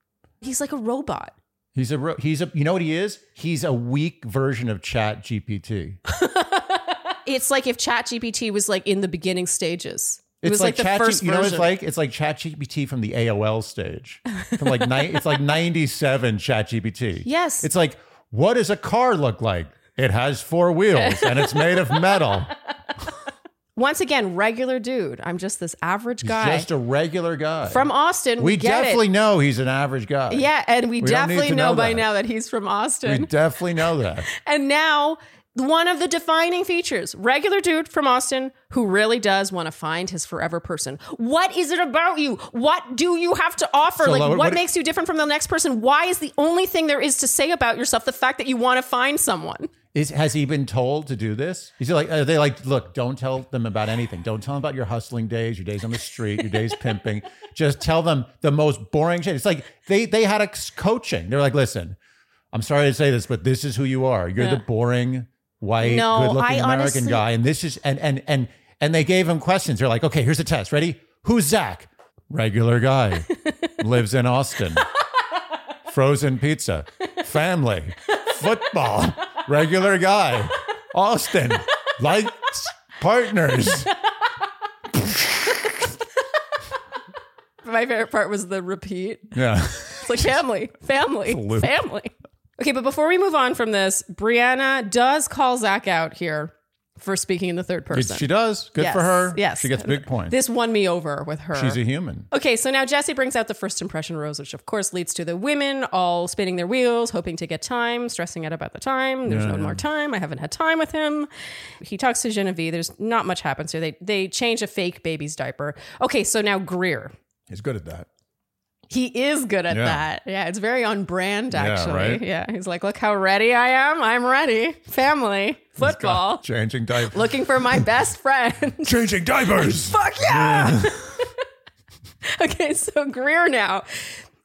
C: He's like a robot.
A: He's a ro- he's a you know what he is? He's a weak version of Chat GPT.
C: It's like if ChatGPT was like in the beginning stages. It
A: It's
C: was like,
A: Chat
C: the first
A: you know what it's
C: version.
A: like it's like Chat GPT from the AOL stage. From like ni- it's like 97 Chat GPT.
C: Yes.
A: It's like what does a car look like? It has four wheels and it's made of metal.
C: Once again, regular dude. I'm just this average
A: He's
C: guy
A: just a regular guy.
C: from Austin.
A: we
C: get it.
A: definitely know he's an average guy.
C: Yeah, and
A: We
C: we,
A: don't need
C: definitely
A: to
C: know,
A: know
C: by
A: that.
C: now that he's from
A: We
C: Austin.
A: definitely know that.
C: and now, one of the defining features regular dude from Austin who really does want to find his forever person. What is it about you? What do you have to offer?
A: So,
C: like,
A: Laura,
C: what,
A: what-
C: makes you different from the next person? Why is the only thing there is to say about yourself the fact that you want to find someone?
A: Is, has he been told to do this? Is he like, are they like, look, don't tell them about anything. Don't tell them about your hustling days, your days on the street, your days pimping. Just tell them the most boring shit. It's like they they had a c- coaching. They're like, listen, I'm sorry to say this, but this is who you are. You're the boring white,
C: No,
A: good-looking
C: I
A: American
C: honestly-
A: guy, and this is and and and and they gave him questions. They're like, okay, here's a test. Ready? Who's Zach? Regular guy, lives in Austin. frozen pizza, family, football, regular guy, Austin, likes, partners.
C: My favorite part was the repeat.
A: Yeah.
C: It's like family, family,
A: loop.
C: family. Okay, but before we move on from this, Brianna does call Zach out here for speaking in the third person.
A: She does. Good for
C: Yes,
A: her.
C: yes.
A: She gets big points.
C: This won me over with her.
A: She's a human.
C: okay, so now Jesse brings out the first impression rose, which of course leads to the women all spinning their wheels, hoping to get time, stressing out about the time. There's no more time. I haven't had time with him. He talks to Genevieve. There's not much happens here. They they change a fake baby's diaper. Okay, so now Greer.
A: He's good at that.
C: He is good at
A: Yeah.
C: that. Yeah, it's very on brand actually.
A: right?
C: yeah, he's like, look how ready I am. I'm ready. Family, football,
A: Changing diapers.
C: looking for my best friend.
A: Changing diapers.
C: Fuck yeah! okay, so Greer now.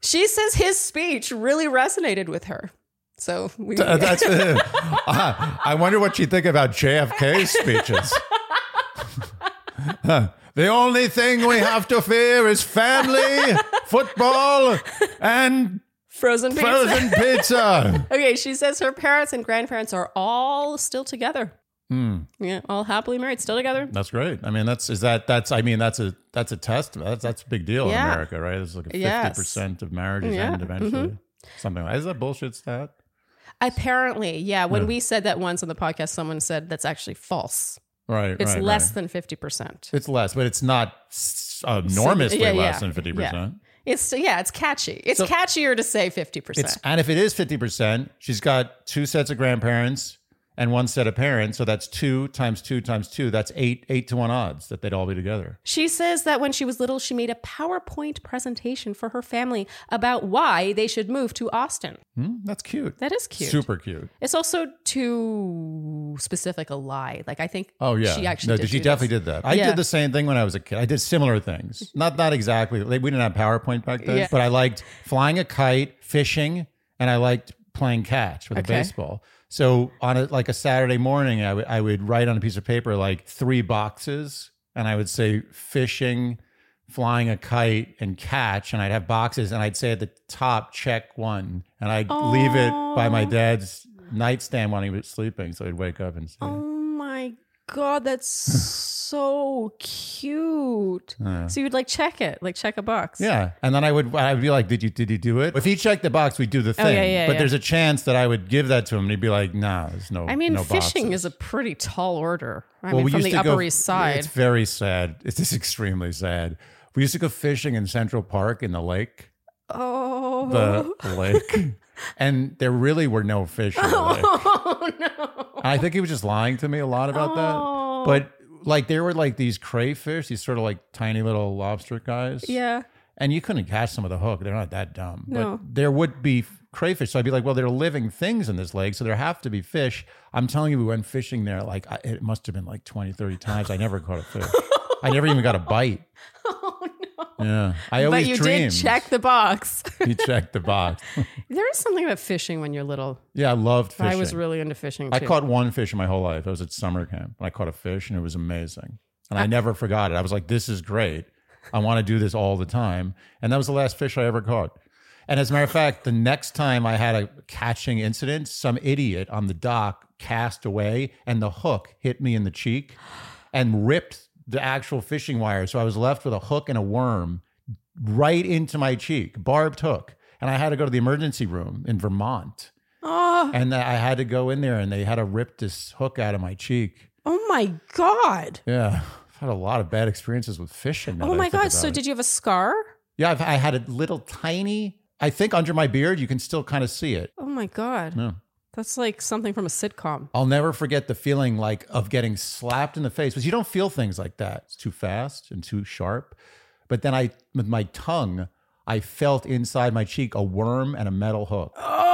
C: She says his speech really resonated with her. So we
A: Uh, that's uh, I wonder what you think about JFK's speeches. Huh. the only thing we have to fear is family, football, and
C: frozen pizza.
A: frozen pizza.
C: Okay, she says her parents and grandparents are all still together.
A: Hmm.
C: Yeah, all happily married, still together.
A: That's great. I mean, that's is that that's I mean that's a that's a test. That's that's a big deal
C: Yeah.
A: in America, right? It's like fifty
C: Yes. Mm-hmm.
A: percent of marriages
C: Yeah.
A: end eventually. Something like is that bullshit stat?
C: Apparently, yeah. When we said that once on the podcast, someone said that's actually false.
A: Right.
C: It's
A: right,
C: less
A: right.
C: than fifty percent.
A: It's less, but it's not s- enormously
C: yeah,
A: less
C: yeah,
A: than fifty
C: yeah.
A: percent.
C: It's yeah, it's catchy. It's catchier to say fifty percent.
A: It's and if it is fifty percent, she's got two sets of grandparents and one set of parents. So that's two times two times two. That's eight, eight to one odds that they'd all be together.
C: She says that when she was little, she made a PowerPoint presentation for her family about why they should move to Austin.
A: Hmm, that's cute.
C: That is Mm-hmm. cute.
A: Super cute.
C: It's also too specific a lie. Like I think.
A: Oh yeah,
C: She actually.
A: No,
C: did
A: she
C: do
A: definitely
C: this.
A: did that. I
C: Yeah.
A: did the same thing when I was a kid. I did similar things. Not not exactly. Like, we didn't have PowerPoint back then,
C: Yeah.
A: but I liked flying a kite, fishing, and I liked playing catch with
C: Okay.
A: a baseball. So on a, like a Saturday morning, I would I would write on a piece of paper like three boxes, and I would say fishing, flying a kite, and catch, and I'd have boxes, and I'd say at the top check one, and I'd leave it by my
C: Aw.
A: dad's nightstand when he was sleeping, so he'd wake up and see.
C: Oh my god, that's so cute.
A: Yeah.
C: So you would like check it, like check a box.
A: Yeah, and then I would I'd be like, "Did you did you do it?" If he checked the box, we'd do the thing.
C: Oh, yeah, yeah,
A: but
C: yeah.
A: there's a chance that I would give that to him, and he'd be like, "Nah, there's no."
C: I mean,
A: no
C: fishing
A: boxes."
C: is a pretty tall order. I
A: Well,
C: mean,
A: we
C: from
A: used
C: the
A: to
C: Upper
A: go-
C: East Side.
A: It's very sad. It's just extremely sad. We used to go fishing in Central Park in the lake,
C: Oh.
A: the lake, and there really were no fish. In the lake.
C: oh no.
A: I think he was just lying to me a lot about
C: Oh.
A: that. But like there were like these crayfish, these sort of like tiny little lobster guys.
C: Yeah.
A: and you couldn't catch them with a hook. They're not that dumb.
C: No.
A: But there would be f- crayfish. So I'd be like, well, there are living things in this lake, so there have to be fish. I'm telling you, we went fishing there. Like, I, it must have been like 20, 30 times. I never caught a fish. I never even got a bite.
C: Oh no.
A: Yeah. I always
C: But you
A: dreamed.
C: did check the box.
A: you checked the box.
C: there is something about fishing when you're little.
A: Yeah, I loved fishing.
C: I was really into fishing too.
A: I caught one fish in my whole life. I was at summer camp and I caught a fish and it was amazing. And I, never forgot it. I was like, this is great. I want to do this all the time. And that was the last fish I ever caught. And as a matter of fact, the next time I had a catching incident, some idiot on the dock cast away and the hook hit me in the cheek and ripped the actual fishing wire. So I was left with a hook and a worm right into my cheek, barbed hook. And I had to go to the emergency room in Vermont
C: Oh,
A: and I had to go in there and they had to rip this hook out of my cheek.
C: oh my god.
A: Yeah. I've had a lot of bad experiences with fishing. now
C: Oh
A: that I
C: my
A: think
C: god. So
A: about it.
C: did you have a scar?
A: Yeah, I've, I had a little tiny, I think under my beard, you can still kind of see it.
C: Oh my god.
A: No.
C: That's like something from a sitcom.
A: I'll never forget the feeling like of getting slapped in the face because you don't feel things like that. It's too fast and too sharp. But then I, with my tongue, I felt inside my cheek a worm and a metal hook.
C: Oh.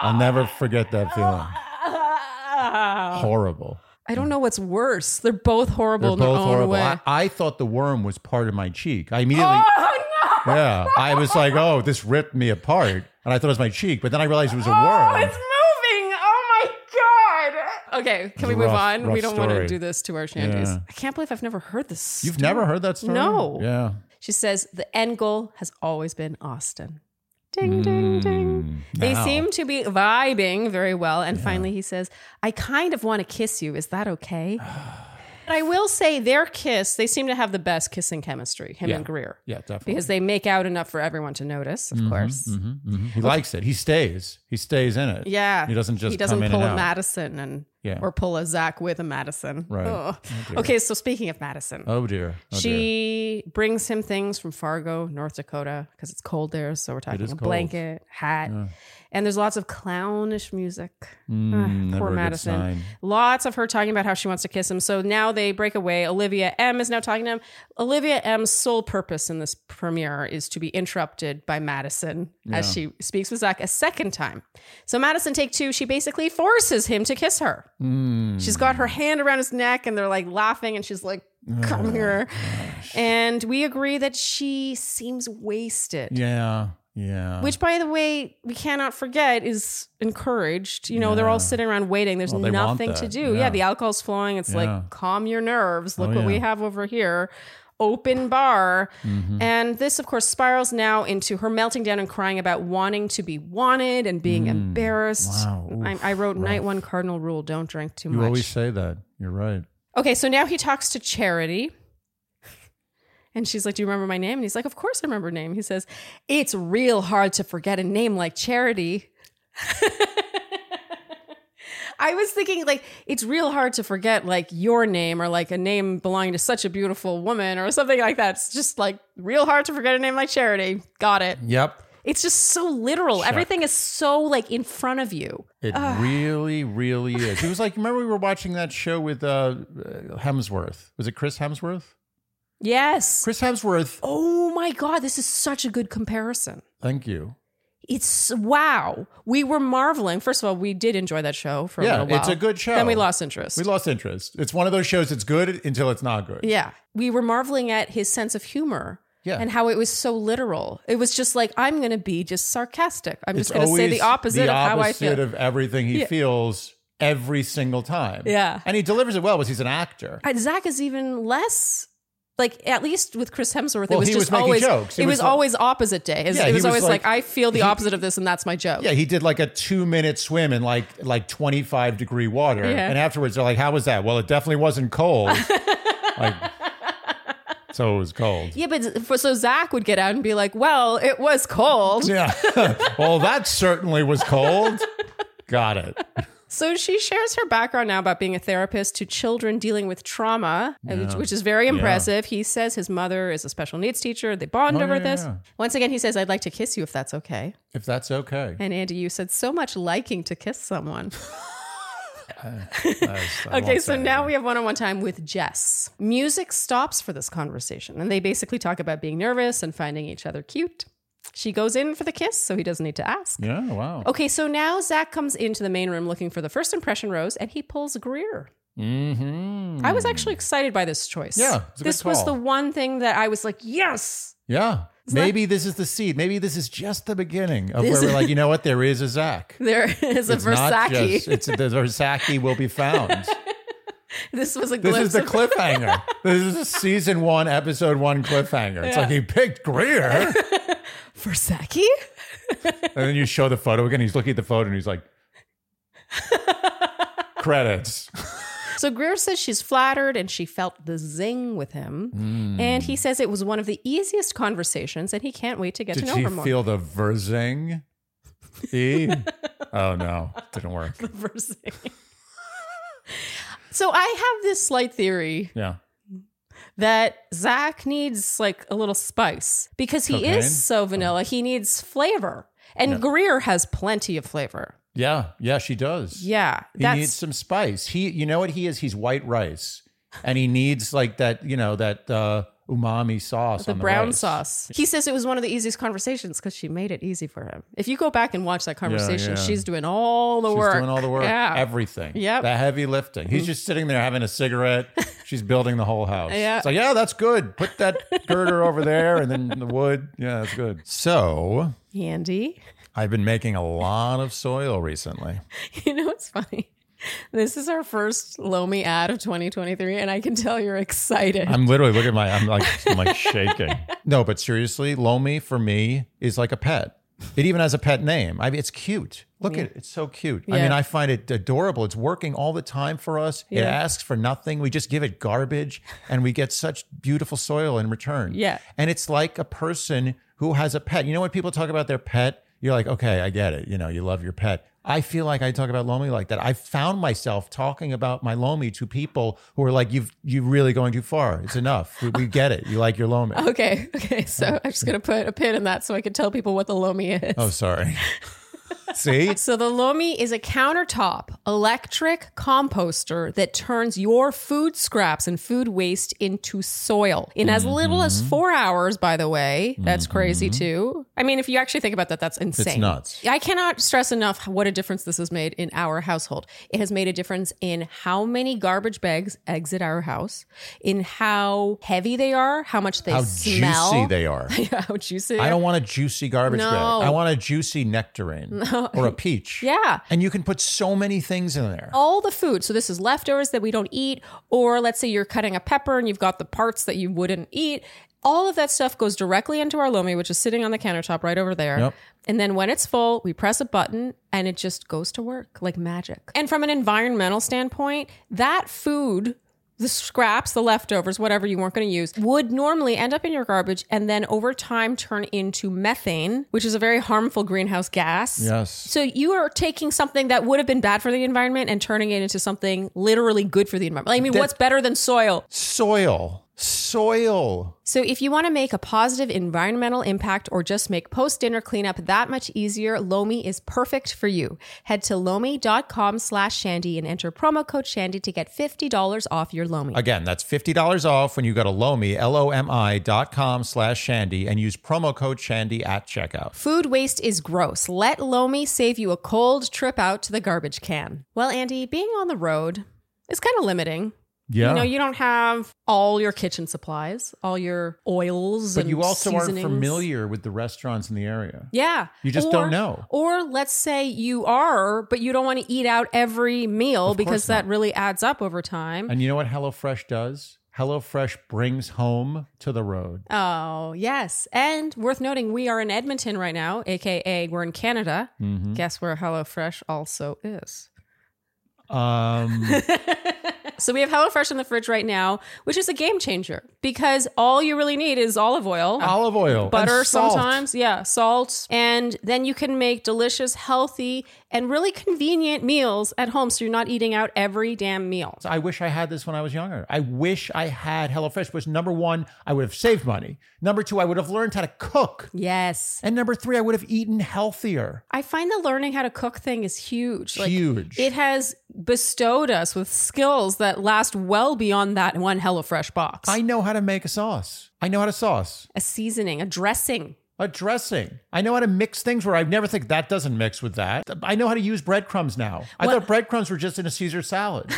A: I'll never forget that feeling.
C: I
A: Horrible.
C: don't know what's worse. They're both horrible
A: They're
C: in
A: both
C: their own
A: horrible.
C: way.
A: I, I thought the worm was part of my cheek. I immediately,
C: oh no.
A: yeah, I was like, oh, this ripped me apart. And I thought it was my cheek, but then I realized it was a
C: Oh,
A: worm.
C: it's moving. Oh my god. Okay, can we move
A: rough-
C: on? We
A: rough
C: don't want to
A: story.
C: do this to our shanties.
A: Yeah.
C: I can't believe I've never heard this.
A: You've
C: story.
A: never heard that story?
C: No.
A: Yeah.
C: She says the end goal has always been Austin. Ding,
A: Mm.
C: ding, ding.
A: Hmm.
C: They
A: Now.
C: seem to be vibing very well. And finally, he says, I kind of want to kiss you. Is that okay? But I will say their kiss, they seem to have the best kissing chemistry, him
A: Yeah.
C: and Greer,
A: Yeah, definitely.
C: because they make out enough for everyone to notice, of course.
A: Mhm, mhm. He likes it. He stays. He stays in it.
C: Yeah.
A: He doesn't just
C: he doesn't
A: come in
C: pull
A: and
C: a
A: out.
C: Madison and
A: Yeah.
C: or pull a Zach with a Madison.
A: Right.
C: Ugh.
A: Oh, dear.
C: okay, so speaking of Madison,
A: Oh dear. Oh, dear.
C: she brings him things from Fargo, North Dakota, because it's cold there. So we're talking a
A: is cold.
C: blanket, hat,
A: Yeah.
C: and there's lots of clownish music. Ah,
A: Mm, never
C: poor
A: a good
C: Madison.
A: sign.
C: Lots of her talking about how she wants to kiss him. So now they break away. Olivia M is now talking to him. Olivia M's sole purpose in this premiere is to be interrupted by Madison as she speaks with Zach a second time. So Madison take two. She basically forces him to kiss her.
A: Mm.
C: She's got her hand around his neck and they're like laughing and she's like,
A: Oh,
C: come here. And we agree that she seems wasted.
A: Yeah. Yeah.
C: Which, by the way, we cannot forget is encouraged. You know, they're all
A: Yeah.
C: sitting around waiting. There's
A: Well, they want
C: nothing to
A: that.
C: do. Yeah.
A: Yeah.
C: the alcohol's flowing. It's
A: Yeah.
C: like, calm your nerves. Look
A: Oh,
C: what we
A: yeah.
C: have over here. Open bar.
A: Mhm.
C: And this, of course, spirals now into her melting down and crying about wanting to be wanted and being
A: Mm.
C: embarrassed.
A: Wow. Oof,
C: I, I wrote night
A: rough.
C: one cardinal rule don't drink too
A: You
C: much.
A: always say that. You're right.
C: Okay, so now he talks to Charity. And she's like, Do you remember my name? And he's like, Of course I remember your name. He says, It's real hard to forget a name like Charity. I was thinking, like, it's real hard to forget, like, your name or like a name belonging to such a beautiful woman or something like that. It's just like real hard to forget a name like Charity. Got it.
A: Yep.
C: It's just so literal.
A: Check.
C: Everything is so like in front of you.
A: It really, really is. It was like remember we were watching that show with uh, Hemsworth. Was it Chris Hemsworth?
C: Yes.
A: Chris Hemsworth.
C: Oh my God, this is such a good comparison.
A: Thank you.
C: It's wow. We were marveling. First of all, we did enjoy that show for a
A: Yeah,
C: little while.
A: it's a good show.
C: Then we lost interest.
A: We lost interest. It's one of those shows that's good until it's not good.
C: yeah. We were marveling at his sense of humor.
A: Yeah.
C: And how it was so literal. It was just like, I'm going to be just sarcastic. I'm
A: It's
C: just going to say
A: always
C: the opposite
A: the
C: of how I
A: opposite
C: feel.
A: of everything he
C: Yeah.
A: feels every single time.
C: Yeah.
A: and he delivers it well because he's an actor.
C: Uh, Zach is even less. Like at least with Chris Hemsworth,
A: Well,
C: it was
A: he
C: just
A: was making
C: always
A: jokes. He
C: it was,
A: was like-
C: always opposite day. It was,
A: Yeah,
C: it
A: he
C: was,
A: was
C: always like,
A: like-
C: I feel the
A: he-
C: opposite of this, and that's my joke.
A: yeah, he did like a two minute swim in like like twenty five degree water,
C: Yeah.
A: and afterwards they're like, "How was that?" Well, it definitely wasn't cold. like, so it was cold.
C: Yeah, but for, so Zach would get out and be like, "Well, it was cold."
A: Yeah. well, that certainly was cold. Got it.
C: So she shares her background now about being a therapist to children dealing with trauma, which, which is very impressive. He says his mother is a special needs teacher. They bond
A: Oh,
C: over
A: yeah,
C: this.
A: yeah.
C: Once again, he says, "I'd like to kiss you if that's okay."
A: If that's okay.
C: And Andy, you said so much liking to kiss someone.
A: I- Uh, I
C: Okay,
A: won't
C: so
A: say
C: now
A: it.
C: we have one on one time with Jess. Music stops for this conversation, and they basically talk about being nervous and finding each other cute. She goes in for the kiss, so he doesn't need to ask.
A: Yeah, wow.
C: Okay, so now Zach comes into the main room looking for the first impression rose, and he pulls Greer.
A: Mm-hmm.
C: I was actually excited by this choice.
A: Yeah, it's a good
C: this was
A: call.
C: the one thing that I was like, yes,
A: Yeah. Maybe this is the seed. Maybe this is just the beginning of where
C: This-
A: we're like, you know what? There is a Zach.
C: there is a
A: It's not
C: Versace.
A: just- it's the Versaki will be found.
C: this was a
A: This
C: glimpse.
A: is the
C: of-
A: cliffhanger. this is a season one, episode one cliffhanger. It's
C: Yeah.
A: like he picked Greer, and
C: Versace.
A: then you show the photo again. He's looking at the photo and he's like, credits.
C: So Greer says she's flattered and she felt the zing with him. And he says it was one of the easiest conversations and he can't wait to get
A: Did
C: to know
A: she
C: her more.
A: feel the verzing? E? oh no, didn't work.
C: Versing. so I have this slight theory
A: Yeah,
C: that Zach needs like a little spice because he
A: Cocaine?
C: is so vanilla. He needs flavor. And Greer has plenty of flavor.
A: yeah, yeah. She does.
C: Yeah.
A: He needs some spice. He, you know what he is? He's white rice, and he needs like that, you know, that uh, umami sauce,
C: the
A: on the
C: brown
A: rice.
C: sauce. He says it was one of the easiest conversations because she made it easy for him. If you go back and watch that conversation,
A: yeah.
C: she's doing all the
A: She's
C: work.
A: doing all the work,
C: Yeah.
A: everything.
C: Yep. Mm-hmm.
A: the heavy lifting. He's just sitting there having a cigarette. She's building the whole house.
C: Yeah.
A: it's like yeah, that's good. Put that girder over there, and then the wood. Yeah, that's good. So
C: Andy,
A: I've been making a lot of soil recently.
C: you know what's funny? This is our first Lomi ad of 2023, and I can tell you're excited.
A: I'm literally looking at my. I'm like, I'm like shaking. No, but seriously, Lomi for me is like a pet. It even has a pet name. I mean, it's cute. Look at it. It's so cute. I
C: Yeah.
A: mean, I find it adorable. It's working all the time for us. It asks for nothing. We just give it garbage and we get such beautiful soil in return.
C: Yeah.
A: And it's like a person who has a pet. You know, when people talk about their pet, you're like, okay, I get it. You know, you love your pet. I feel like I talk about Lomi like that. I found myself talking about my Lomi to people who are like, you've, you're really going too far. It's enough. We, we get it. You like your Lomi.
C: okay, okay. So I'm just going to put a pin in that so I can tell people what the Lomi is.
A: Oh, sorry. See?
C: So the Lomi is a countertop electric composter that turns your food scraps and food waste into soil in as little as
A: Mm-hmm.
C: four hours. By the way, that's crazy too. I mean, if you actually think about that, that's insane.
A: nuts.
C: I cannot stress enough what a difference this has made in our household. It has made a difference in how many garbage bags exit our house, in how heavy they are, how much they
A: How
C: smell,
A: juicy they are.
C: how juicy. they
A: I
C: are.
A: don't want a juicy garbage bag.
C: No.
A: I want a juicy nectarine or a peach.
C: Yeah. Oh.
A: And you can put so many things in there.
C: all the food. So this is leftovers that we don't eat, or let's say you're cutting a pepper and you've got the parts that you wouldn't eat. All of that stuff goes directly into our lomi, which is sitting on the countertop right over there.
A: Yep.
C: And then when it's full, we press a button and it just goes to work like magic. And from an environmental standpoint, that food, the scraps, the leftovers, whatever you weren't going to use, would normally end up in your garbage and then over time turn into methane, which is a very harmful greenhouse gas.
A: Yes.
C: So you are taking something that would have been bad for the environment and turning it into something literally good for the environment. Like, I mean, what's better than soil?
A: Soil. soil.
C: So, if you want to make a positive environmental impact or just make post dinner cleanup that much easier, Lomi is perfect for you. Head to lomi.com slash Shandy and enter promo code Shandy to get $50 off your Lomi.
A: Again, that's $50 off when you go to Lomi, L-O-M-I dot com slash Shandy and use promo code Shandy at checkout.
C: Food waste is gross. Let Lomi save you a cold trip out to the garbage can. Well, Andy, being on the road is kind of limiting.
A: Yeah.
C: You know, you don't have all your kitchen supplies, all your oils,
A: but
C: and
A: you also aren't
C: seasonings.
A: familiar with the restaurants in the area.
C: Yeah.
A: You just
C: Or-
A: don't know.
C: Or let's say you are, but you don't want to eat out every meal
A: Of course
C: because that
A: not.
C: really adds up over time.
A: And you know what HelloFresh does? HelloFresh brings home to the road.
C: oh, yes. And worth noting, we are in Edmonton right now, AKA we're in Canada.
A: Mhm.
C: Guess where HelloFresh also is.
A: Um,
C: So we have HelloFresh in the fridge right now, which is a game changer because all you really need is olive oil.
A: olive oil, and
C: butter
A: salt.
C: sometimes. Yeah, salt. And then you can make delicious, healthy, and really convenient meals at home so you're not eating out every damn meal.
A: I wish I had this when I was younger. I wish I had HelloFresh, which number one, I would have saved money. Number two, I would have learned how to cook.
C: Yes.
A: And number three, I would have eaten healthier.
C: I find the learning how to cook thing is huge. Like,
A: Huge.
C: It has bestowed us with skills that last well beyond that one HelloFresh box.
A: I know how to make a sauce. I know how to sauce,
C: a seasoning, a dressing.
A: a dressing. I know how to mix things where I never think that doesn't mix with that. I know how to use breadcrumbs now. I
C: What-
A: thought breadcrumbs were just in a Caesar salad.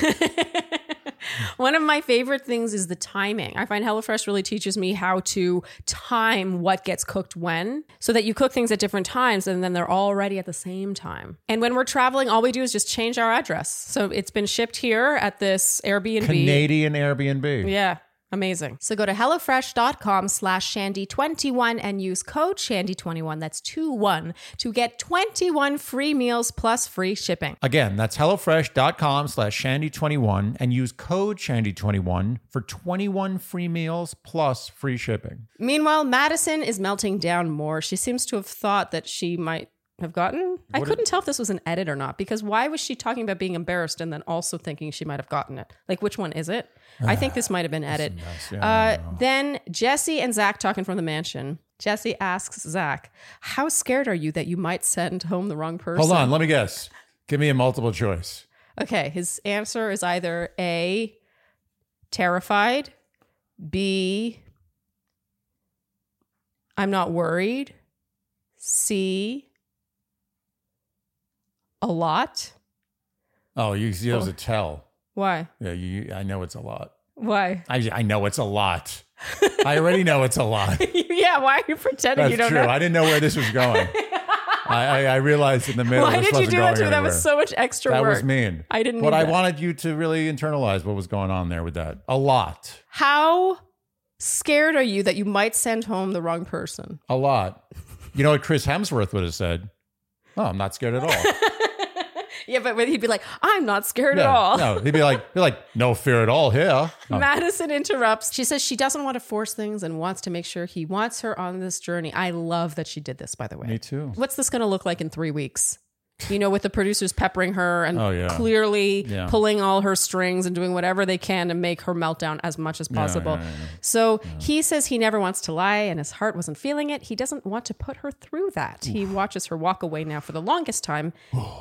C: One of my favorite things is the timing. I find HelloFresh really teaches me how to time what gets cooked when so that you cook things at different times and then they're all ready at the same time. And when we're traveling, all we do is just change our address. So it's been shipped here at this Airbnb.
A: Canadian Airbnb.
C: Yeah. Amazing. So go to HelloFresh.com slash Shandy21 and use code Shandy21, that's 2-1, to get 21 free meals plus free shipping.
A: Again, that's HelloFresh.com slash Shandy21 and use code Shandy21 for 21 free meals plus free shipping.
C: Meanwhile, Madison is melting down more. She seems to have thought that she might have gotten. I
A: What
C: couldn't tell if this was an edit or not because why was she talking about being embarrassed and then also thinking she might have gotten it? Like, which one is it? I think this might have been edit. Uh, then Jesse and Zach talking from the mansion. Jesse asks Zach, "How scared are you that you might send home the wrong person?"
A: Hold on, let me guess. Give me a multiple choice.
C: Okay, his answer is either A, terrified, B, I'm not worried, C, a lot.
A: Oh, you see, that was a tell.
C: Why?
A: Yeah, you, I know it's a lot.
C: Why?
A: I, I know it's a lot. I already know it's a lot.
C: yeah, why are you pretending
A: That's
C: you
A: true.
C: don't know?
A: I didn't know where this was going. I, I, I realized in the middle.
C: Why
A: this
C: did
A: wasn't
C: you do that
A: going
C: to me? That
A: anywhere.
C: was so much extra
A: That
C: work.
A: was mean.
C: I didn't
A: But
C: need
A: I
C: that.
A: wanted you to really internalize what was going on there with that. A lot.
C: How scared are you that you might send home the wrong person?
A: A lot. You know what Chris Hemsworth would have said? Oh, I'm not scared at all.
C: yeah, but he'd be like, I'm not scared at
A: Yeah,
C: all.
A: No, he'd be like, be like, no fear at all here. Oh, No.
C: Madison interrupts. She says she doesn't want to force things and wants to make sure he wants her on this journey. I love that she did this, by the way.
A: Me too.
C: What's this going to look like in three weeks? You know, with the producers peppering her and
A: Oh, yeah.
C: clearly
A: Yeah.
C: pulling all her strings and doing whatever they can to make her meltdown as much as possible.
A: yeah, yeah.
C: So he says he never wants to lie and his heart wasn't feeling it. He doesn't want to put her through that. He watches her walk away now for the longest time.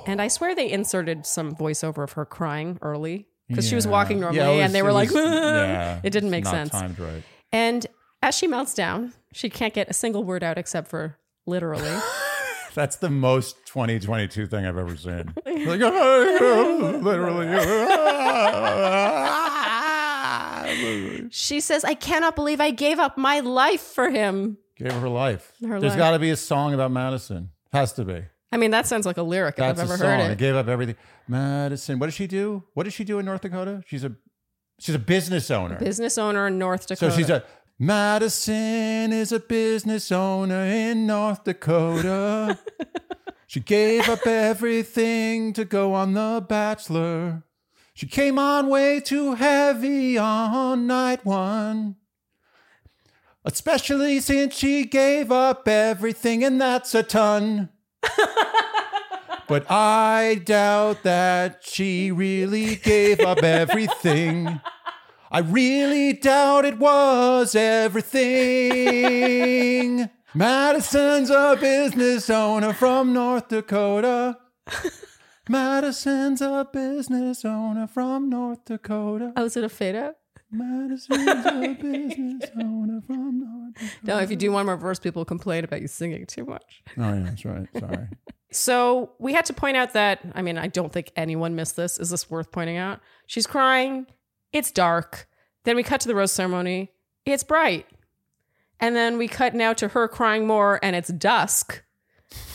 C: and I swear they inserted some voiceover of her crying early because she was
A: Yeah.
C: walking normally
A: Yeah, it was-
C: and they were
A: it
C: like,
A: was- yeah,
C: it didn't
A: it's
C: make
A: not
C: sense.
A: Timed right.
C: And as she melts down, she can't get a single word out except for literally.
A: That's the most 2022 thing I've ever seen. like, literally.
C: she says, I cannot believe I gave up my life for him.
A: Gave her life.
C: Her
A: There's
C: life.
A: got to be a song about Madison. Has to be.
C: I mean, that sounds like a lyric if
A: That's
C: I've
A: a
C: ever
A: song.
C: heard it.
A: Gave up everything. Madison. What does she do? What does she do in North Dakota? She's a she's a business owner.
C: Business owner in North
A: so
C: Dakota.
A: she's a Madison is a business owner in North Dakota. she gave up everything to go on The Bachelor. She came on way too heavy on night one. Especially since she gave up everything, and that's a ton. but I doubt that she really gave up everything. I really doubt it was everything. Madison's a business owner from North Dakota. Madison's a business owner from North Dakota.
C: Oh, is it a fade out?
A: Madison's a business owner from North Dakota.
C: No, if you do one more verse, people complain about you singing too much.
A: Oh, yeah, that's right. Sorry.
C: So we had to point out that, I mean, I don't think anyone missed this. Is this worth pointing out? She's crying. It's dark. Then we cut to the rose ceremony. It's bright. And then we cut now to her crying more and it's dusk.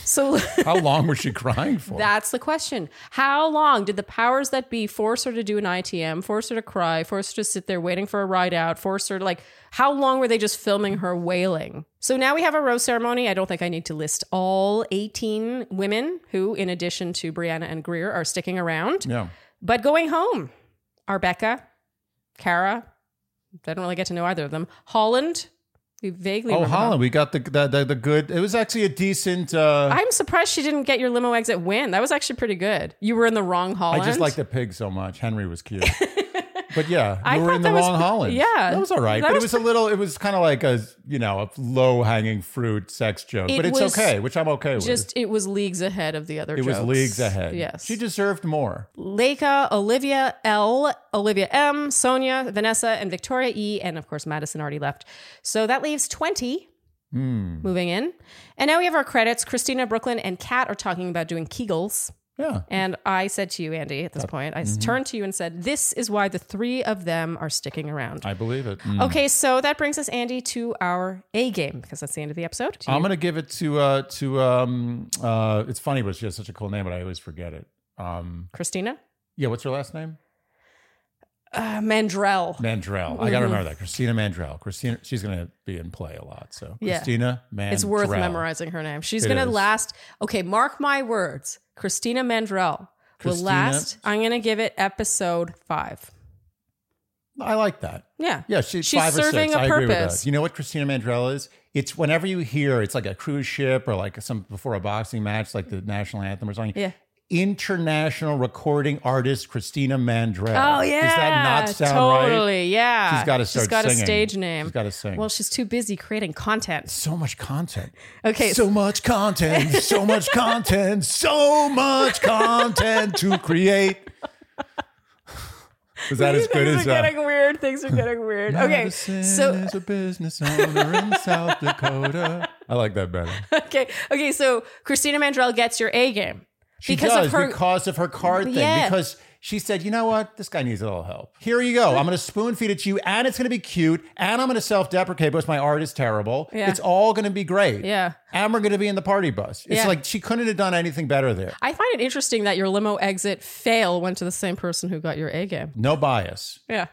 C: So
A: How long was she crying for?
C: that's the question. How long did the powers that be force her to do an ITM, force her to cry, force her to sit there waiting for a ride out, force her to like, how long were they just filming her wailing? So now we have a rose ceremony. I don't think I need to list all 18 women who, in addition to Brianna and Greer, are sticking around.
A: yeah.
C: But going home are Becca, Kara, I don't really get to know either of them, Holland, we vaguely
A: Oh,
C: remember.
A: Holland, we got the, the, the, the good. It was actually a decent. Uh,
C: I'm surprised she didn't get your limo exit win. That was actually pretty good. You were in the wrong Holland.
A: I just like the pig so much. Henry was cute. but yeah, you
C: I
A: were
C: thought
A: in the
C: that was
A: wrong
C: pre-
A: Holland.
C: yeah,
A: That was all right.
C: that
A: but
C: was
A: it was a little, it was kind of like a, you know, a low hanging fruit sex joke.
C: It
A: but it's
C: was
A: okay, which I'm okay with.
C: Just it was leagues ahead of the other.
A: it was
C: jokes.
A: leagues ahead.
C: Yes.
A: She deserved more.
C: Leica, Olivia L, Olivia M, Sonia, Vanessa, and Victoria E, and of course Madison already left. So that leaves twenty
A: Hmm.
C: moving in, and now we have our credits. Christina, Brooklyn, and Kat are talking about doing Kegels.
A: Yeah.
C: And I said to you, Andy, at this point, I
A: Mm-hmm.
C: s- turned to you and said, "This is why the three of them are sticking around."
A: I believe it. Mm.
C: Okay, so that brings us, Andy, to our A game because that's the end of the episode. Do you-
A: I'm going to give it to, uh, to, um, uh, it's funny, but she has such a cool name, but I always forget it. Um,
C: Christina
A: yeah, what's her last name?
C: uh, Mandrell.
A: Mandrell. I got to remember that. Christina Mandrell. Christina, she's going to be in play a lot. So
C: Yeah.
A: Christina Mandrell.
C: It's worth memorizing her name. She's
A: It
C: going to
A: is.
C: last. Okay, mark my words. Christina Mandrell will
A: Christina-
C: last. I'm going to give it episode five.
A: I like that.
C: Yeah.
A: Yeah, she,
C: She's
A: five
C: serving
A: or six.
C: a
A: I agree with
C: purpose.
A: that. You know what Christina Mandrell is? It's whenever you hear it's like a cruise ship or like some before a boxing match, like the national anthem or something.
C: Yeah.
A: International recording artist Christina Mandrell.
C: Oh, yeah.
A: Does that not sound right?
C: Totally. Yeah.
A: She's got to
C: She's
A: start
C: got a
A: singing.
C: stage name.
A: She's got to sing.
C: well, she's too busy creating content.
A: so much content.
C: Okay.
A: So much content. So much content. So much content to create. Is that as good
C: things
A: as uh,
C: are
A: that?
C: getting weird. Things are getting weird. Okay.
A: Madison
C: So
A: is a business owner in South Dakota. I like that better.
C: okay. Okay. So Christina Mandrell gets your A game.
A: She
C: Because
A: does
C: of her-
A: because of her card thing.
C: Yeah.
A: Because she said, you know what, this guy needs a little help. Here you go. I'm going to spoon feed it to you, and it's going to be cute, and I'm going to self deprecate because my art is terrible.
C: Yeah.
A: It's all going to be great.
C: Yeah.
A: And we're going to be in the party bus. It's
C: Yeah.
A: like she couldn't have done anything better there.
C: I find it interesting that your limo exit fail went to the same person who got your A game.
A: No bias.
C: Yeah.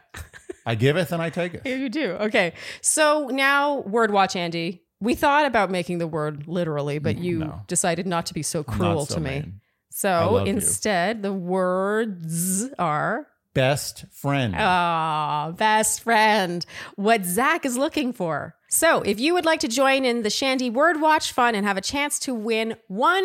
A: I giveth and I taketh.
C: Yeah, you do. Okay. So now, word watch, Andy. We thought about making the word literally, but you
A: Mm, no.
C: decided not to be so
A: Not
C: cruel
A: so
C: to me.
A: mean.
C: So
A: love you.
C: instead, the words are
A: Best friend.
C: Ah, best friend. What Zach is looking for. So, if you would like to join in the Shandy Word Watch Fun and have a chance to win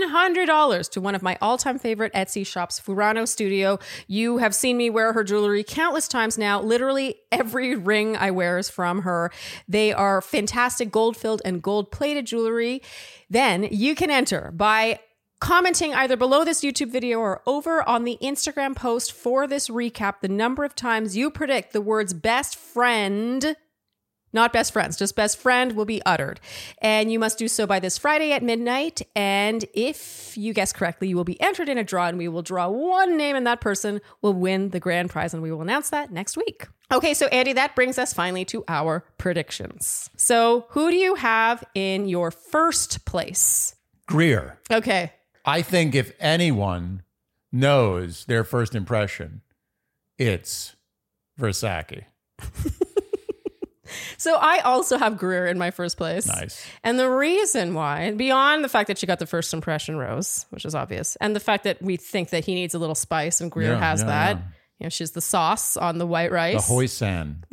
C: $100 to one of my all time favorite Etsy shops, Furano Studio, you have seen me wear her jewelry countless times now. Literally every ring I wear is from her. They are fantastic gold filled and gold plated jewelry. Then you can enter by commenting either below this YouTube video or over on the Instagram post for this recap the number of times you predict the words best friend not best friends, just best friend will be uttered. And you must do so by this Friday at midnight. And if you guess correctly, you will be entered in a draw and we will draw one name and that person will win the grand prize. And we will announce that next week. Okay, so Andy, that brings us finally to our predictions. So, who do you have in your first place?
A: Greer.
C: Okay.
A: I think if anyone knows their first impression, it's Versace.
C: So I also have Greer in my first place.
A: Nice.
C: And the reason why, beyond the fact that she got the first impression rose, which is obvious, and the fact that we think that he needs a little spice and Greer
A: Yeah,
C: has
A: yeah,
C: that.
A: yeah.
C: You know, she's the sauce on the white
A: The
C: rice.
A: hoisin.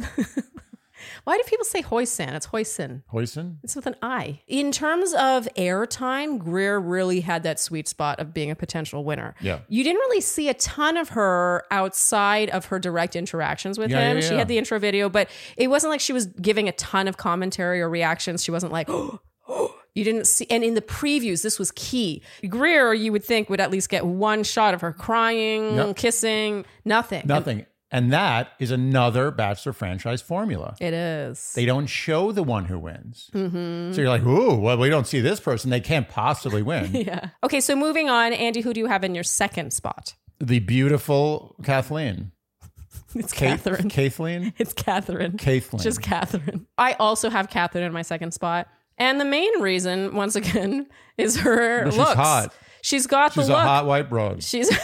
C: Why do people say hoisin? It's hoisin.
A: Hoisin?
C: It's with an I. In terms of airtime, Greer really had that sweet spot of being a potential winner.
A: Yeah.
C: You didn't really see a ton of her outside of her direct interactions with
A: Yeah,
C: him.
A: yeah,
C: she
A: yeah.
C: had the intro video, but it wasn't like she was giving a ton of commentary or reactions. She wasn't like, oh, you didn't see. And in the previews, this was key. Greer, you would think, would at least get one shot of her crying,
A: Yep.
C: kissing, nothing.
A: Nothing. And that is another Bachelor franchise formula.
C: It is.
A: They don't show the one who wins.
C: Mm-hmm.
A: So you're like, ooh, well, we don't see this person. They can't possibly win.
C: yeah. Okay, so moving on, Andy, who do you have in your second spot?
A: the beautiful Kathleen.
C: It's
A: Kate-
C: Catherine.
A: Kathleen?
C: It's Catherine.
A: Kathleen.
C: Just Catherine. I also have Catherine in my second spot. And the main reason, once again, is her
A: Well, she's
C: looks.
A: hot.
C: She's got
A: She's a
C: the look.
A: hot white broad.
C: she's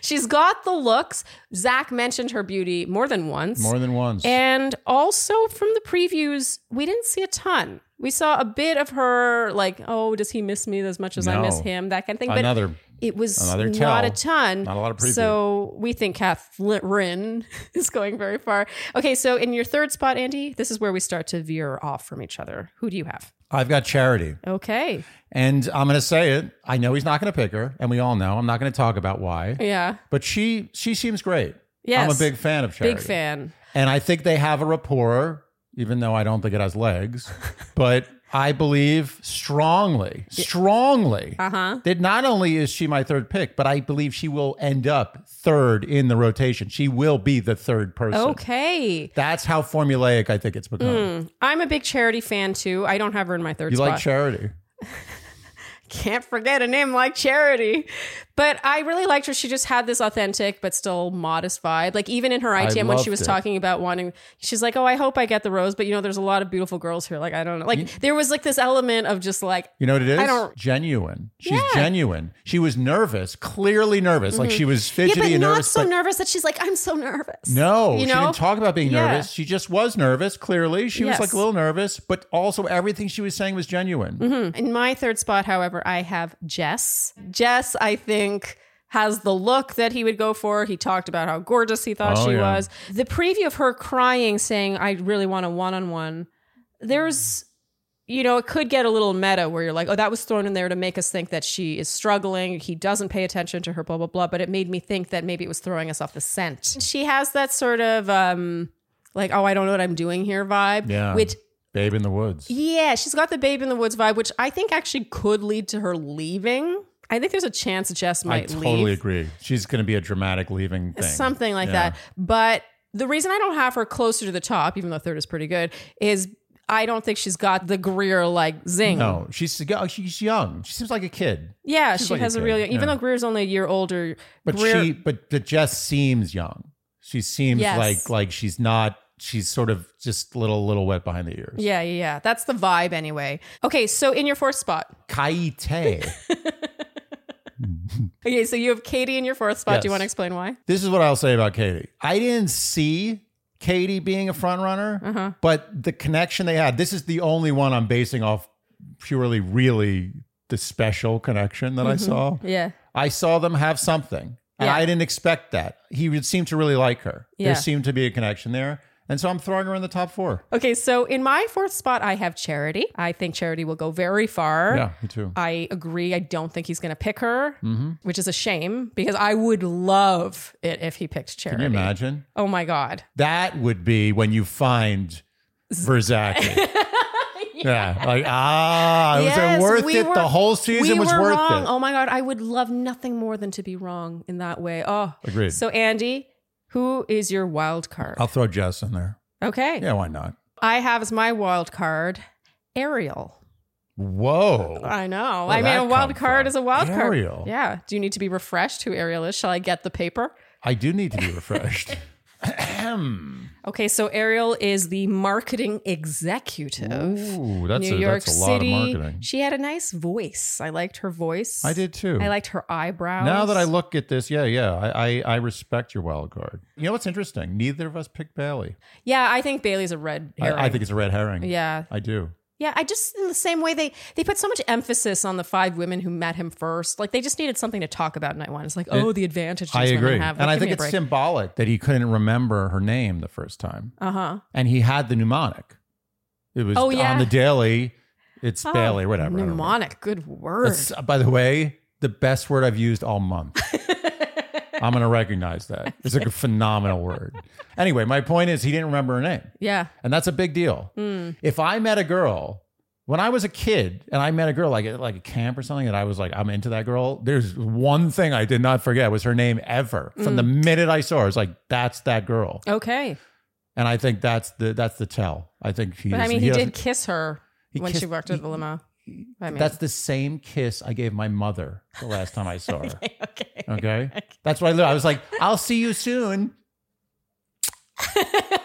C: She's got the looks. Zach mentioned her beauty more than once.
A: More than once.
C: and also from the previews, we didn't see a ton. We saw a bit of her, like, oh, does he miss me as much as I miss
A: No.
C: him? That kind of thing. But
A: Another.
C: it was
A: Another
C: not
A: tell.
C: a ton.
A: Not a lot of preview.
C: So we think Catherine is going very far. Okay, so in your third spot, Andy, this is where we start to veer off from each other. Who do you have?
A: I've got charity.
C: Okay.
A: And I'm going to say it. I know he's not going to pick her. And we all know. I'm not going to talk about why.
C: Yeah.
A: But she she seems great.
C: Yes.
A: I'm a big fan of charity.
C: Big fan.
A: And I think they have a rapport, even though I don't think it has legs. but I believe strongly, strongly
C: Uh huh.
A: that not only is she my third pick, but I believe she will end up third in the rotation. She will be the third person.
C: Okay.
A: That's how formulaic I think it's become.
C: I'm a big charity fan too. I don't have her in my third
A: You
C: spot.
A: like charity.
C: Can't forget a name like Charity. But I really liked her. She just had this authentic but still modest vibe. Like even in her ITM when she
A: loved
C: was
A: it.
C: talking about wanting she's like, "Oh, I hope I get the rose, but you know there's a lot of beautiful girls here." Like I don't know. Like there was like this element of just like
A: You know what it is?
C: don't-
A: Genuine. She's
C: Yeah. Mm-hmm.
A: genuine. She was nervous, clearly nervous. Like she was
C: Yeah,
A: fidgety
C: but
A: and
C: not
A: nervous.
C: so
A: but
C: nervous that she's like, "I'm so nervous."
A: no, she
C: You know?
A: didn't talk about being
C: Yeah.
A: nervous. She just was nervous, clearly. She
C: Yes.
A: was like a little nervous, but also everything she was saying was genuine.
C: In my third spot, however, I have Jess. Jess, I think, has the look that he would go for. He talked about how gorgeous he thought
A: Oh,
C: she
A: yeah.
C: was. The preview of her crying, saying, I really want a one on one, there's. You know, it could get a little meta where you're like, oh, that was thrown in there to make us think that she is struggling. He doesn't pay attention to her, blah, blah, blah. But it made me think that maybe it was throwing us off the scent. She has that sort of, um, like, oh, I don't know what I'm doing here vibe,
A: Yeah.
C: which
A: Babe in the woods.
C: yeah, she's got the Babe in the Woods vibe, which I think actually could lead to her leaving. I think there's a chance Jess
A: I
C: might
A: totally
C: leave.
A: agree. She's going to be a dramatic leaving thing.
C: Something like
A: Yeah.
C: that. But the reason I don't have her closer to the top, even though third is pretty good, is I don't think she's got the Greer like zing.
A: No, she's oh, she's young. She seems like a kid,
C: Yeah,
A: She's
C: she
A: like a
C: has a,
A: kid,
C: real, even
A: yeah.
C: though Greer's only a year older,
A: but
C: Greer,
A: she but but Jess seems young. She seems
C: Yes.
A: like like she's not. She's sort of just little little wet behind the ears.
C: yeah, yeah, yeah. That's the vibe anyway. Okay, so in your fourth spot.
A: Kaite.
C: Okay, so you have Katie in your fourth spot. Do you
A: Yes.
C: want to explain why?
A: this is what I'll say about Katie. I didn't see Katie being a front runner,
C: Uh-huh.
A: but the connection they had. This is the only one I'm basing off purely, really the special connection that I saw.
C: Yeah.
A: I saw them have something, and
C: Mm-hmm. Yeah.
A: I didn't expect that. He would seem to really like her.
C: Yeah.
A: There seemed to be a connection there, and so I'm throwing her in the top four.
C: Okay, so in my fourth spot, I have Charity. I think Charity will go very far.
A: Yeah, me too. Mm-hmm.
C: I agree. I don't think he's going to pick her, which is a shame because I would love it if he picked
A: Can you
C: Charity.
A: imagine?
C: oh my God.
A: That would be when you find Verzaki. yeah. like ah, it was
C: Yes,
A: it worth
C: we
A: it?
C: were-
A: the whole season
C: we
A: was
C: were
A: worth
C: wrong.
A: it.
C: Oh my God. I would love nothing more than to be wrong in that way. Oh,
A: Agreed.
C: so Andy, who is your wild card?
A: I'll throw Jess in there.
C: okay.
A: Yeah, why not?
C: I have as my wild card Ariel.
A: Whoa.
C: I know.
A: Where'd
C: I mean,
A: that
C: a wild
A: come
C: card
A: from?
C: is a wild card.
A: Ariel.
C: Yeah. Do you need to be refreshed who Ariel is? Shall I get the paper?
A: I do need to be refreshed. Ahem.
C: Okay, so Ariel is the marketing executive.
A: Ooh, that's,
C: New
A: a,
C: York
A: that's a lot
C: City.
A: of marketing.
C: She had a nice voice. I liked her voice.
A: I did too.
C: I liked her eyebrows.
A: Now that I look at this, yeah, yeah, I, I, I respect your wild card. You know what's interesting? Neither of us picked Bailey.
C: yeah, I think Bailey's a red.
A: I, I
C: herring.
A: think it's a red herring.
C: Yeah,
A: I do.
C: Yeah, I just in the same way they they put so much emphasis on the five women who met him first. Like they just needed something to talk about in night one. It's like, oh, the advantage these
A: I agree.
C: women have.
A: and I think it's symbolic that he couldn't remember her name the first time.
C: uh huh.
A: And he had the mnemonic. It was
C: Oh, yeah. Oh,
A: on the daily. It's daily, whatever. I don't uh, remember.
C: Mnemonic, good word.
A: That's, by the way, the best word I've used all month. I'm going to recognize that. It's like a phenomenal word. Anyway, my point is he didn't remember her name.
C: yeah.
A: And that's a big deal.
C: Hmm.
A: If I met a girl when I was a kid and I met a girl like at like a camp or something and I was like, I'm into that girl, there's one thing I did not forget was her name ever. From
C: Hmm.
A: the minute I saw her, it's like, that's that girl.
C: Okay.
A: And I think that's the that's the tell. I think he
C: But I
A: doesn't-
C: mean, he, did
A: doesn't-
C: kiss her
A: He
C: when she
A: kissed-
C: walked out of
A: he-
C: the limo. I mean,
A: That's the same kiss I gave my mother the last time I saw her.
C: okay.
A: Okay. That's what I learned. I was like, I'll see you soon.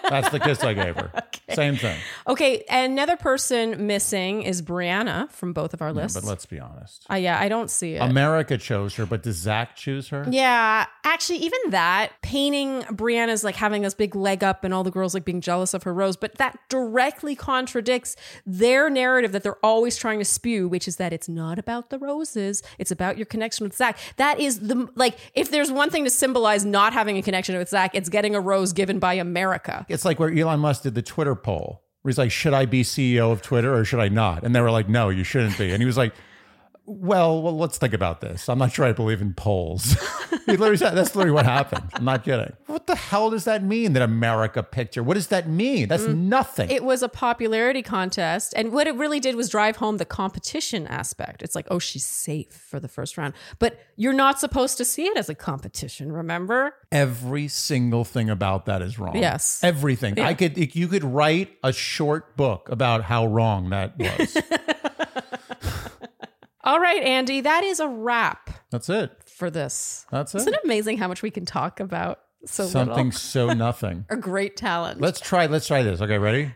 A: That's the kiss I gave her.
C: Okay.
A: Same thing.
C: Okay, another person missing is Brianna from both of our
A: Yeah,
C: lists.
A: but let's be honest.
C: Uh, yeah, I don't see it.
A: America chose her, but does Zach choose her?
C: yeah, actually, even that painting Brianna's like having this big leg up and all the girls like being jealous of her rose, but that directly contradicts their narrative that they're always trying to spew, which is that it's not about the roses, it's about your connection with Zach. That is the like, if there's one thing to symbolize not having a connection with Zach, it's getting a rose given by America.
A: It's like where Elon Musk did the Twitter poll, where he's like, should I be CEO of Twitter or should I not? And they were like, no, you shouldn't be. And he was like, well, well let's think about this. I'm not sure I believe in polls. he literally said, that's literally what happened. I'm not kidding. What the hell does that mean? That America picture? What does that mean? That's nothing.
C: Mm. it was a popularity contest and what it really did was drive home the competition aspect it's like oh she's safe for the first round but you're not supposed to see it as a competition remember
A: Every single thing about that is wrong.
C: Yes.
A: Everything. I could you could write a short book about how wrong that was.
C: all right andy that is a wrap
A: That's it.
C: for this
A: That's it.
C: isn't it amazing how much we can talk about so
A: Something
C: little
A: so nothing.
C: a great talent
A: Let's try let's try this. Okay, ready?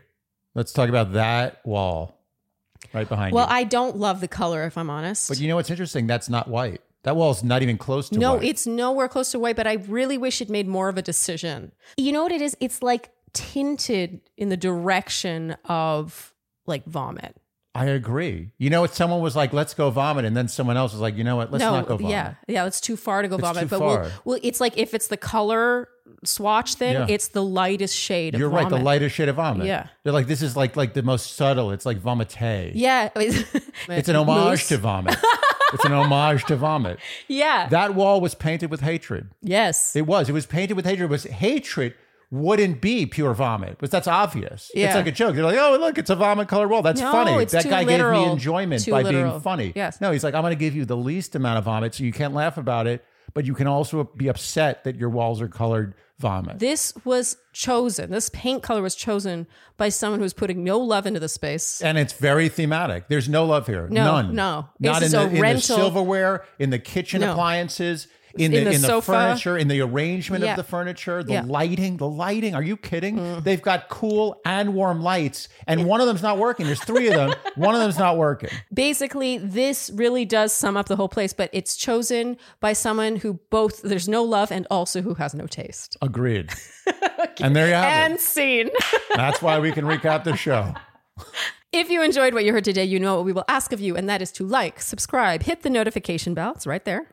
A: Let's talk about that wall right behind
C: well
A: you.
C: i don't love the color if i'm honest
A: but you know what's interesting? That's not white. That wall's not even close to
C: no
A: white.
C: it's nowhere close to white but i really wish it made more of a decision you know what it is it's like tinted in the direction of like vomit
A: I agree. You know what? Someone was like, let's go vomit, and then someone else was like, you know what, let's not go vomit.
C: Yeah, yeah, it's too far to go vomit.
A: too
C: but
A: far.
C: We'll, we'll, it's like if it's the color swatch thing,
A: Yeah.
C: it's the lightest shade.
A: You're
C: of
A: right,
C: vomit.
A: the lightest shade of vomit.
C: Yeah.
A: They're like, this is like like the most subtle. It's like vomite.
C: Yeah,
A: It's an homage
C: Moose.
A: to vomit. it's an homage to vomit.
C: yeah.
A: That wall was painted with hatred.
C: yes.
A: It was. It was painted with hatred. It was hatred wouldn't be pure vomit, but that's obvious. It's
C: Yeah.
A: like a joke. They're like, oh, look, it's a vomit colored wall. That's
C: No,
A: funny.
C: it's
A: That
C: too
A: guy gave
C: literal.
A: me enjoyment
C: Too
A: by being
C: literal.
A: funny.
C: Yes.
A: No, he's like, I'm going to give you the least amount of vomit so you can't laugh about it, but you can also be upset that your walls are colored vomit.
C: This was chosen. This paint color was chosen by someone who's putting no love into the space.
A: and it's very thematic. There's no love here.
C: No,
A: None.
C: no.
A: Not
C: This
A: in,
C: is
A: the,
C: a
A: in the
C: rental-
A: silverware, in the kitchen
C: No.
A: appliances, in the
C: In
A: in the,
C: the sofa.
A: furniture, in the arrangement
C: Yeah.
A: of the furniture, the
C: Yeah. Mm.
A: lighting. The lighting. Are you kidding? They've got cool and warm lights, and one of them's not working. There's three of them. One of them's not working.
C: Basically, this really does sum up the whole place, but it's chosen by someone who both there's no love and also who has no taste.
A: Agreed. And there you have
C: And
A: it.
C: scene.
A: That's why we can recap the show.
C: If you enjoyed what you heard today, you know what we will ask of you, and that is to like, subscribe, hit the notification bell. It's right there.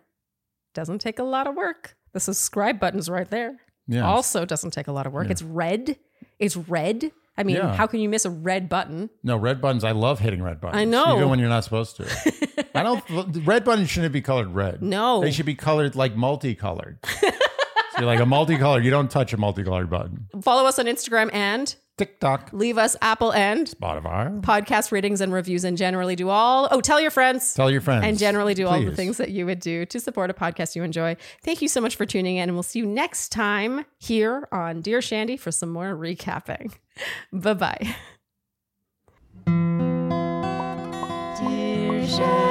C: Doesn't take a lot of work. The subscribe button's right there.
A: Yeah.
C: Also doesn't take a lot of work. It's red. It's red. I mean,
A: Yeah.
C: how can you miss a red button?
A: No, red buttons. I love hitting red buttons.
C: I know.
A: Even when you're not supposed to. I don't. Red buttons shouldn't be colored red.
C: No.
A: They should be colored like multicolored. so you're like a multicolored. You don't touch a multicolored button.
C: Follow us on Instagram and
A: TikTok,
C: leave us Apple and
A: Spotify.
C: podcast ratings and reviews and generally do all. Oh, tell your friends.
A: Tell your friends.
C: and generally do all the
A: Please.
C: things that you would do to support a podcast you enjoy. Thank you so much for tuning in, and we'll see you next time here on Dear Shandy for some more recapping. bye bye. Dear Shandy.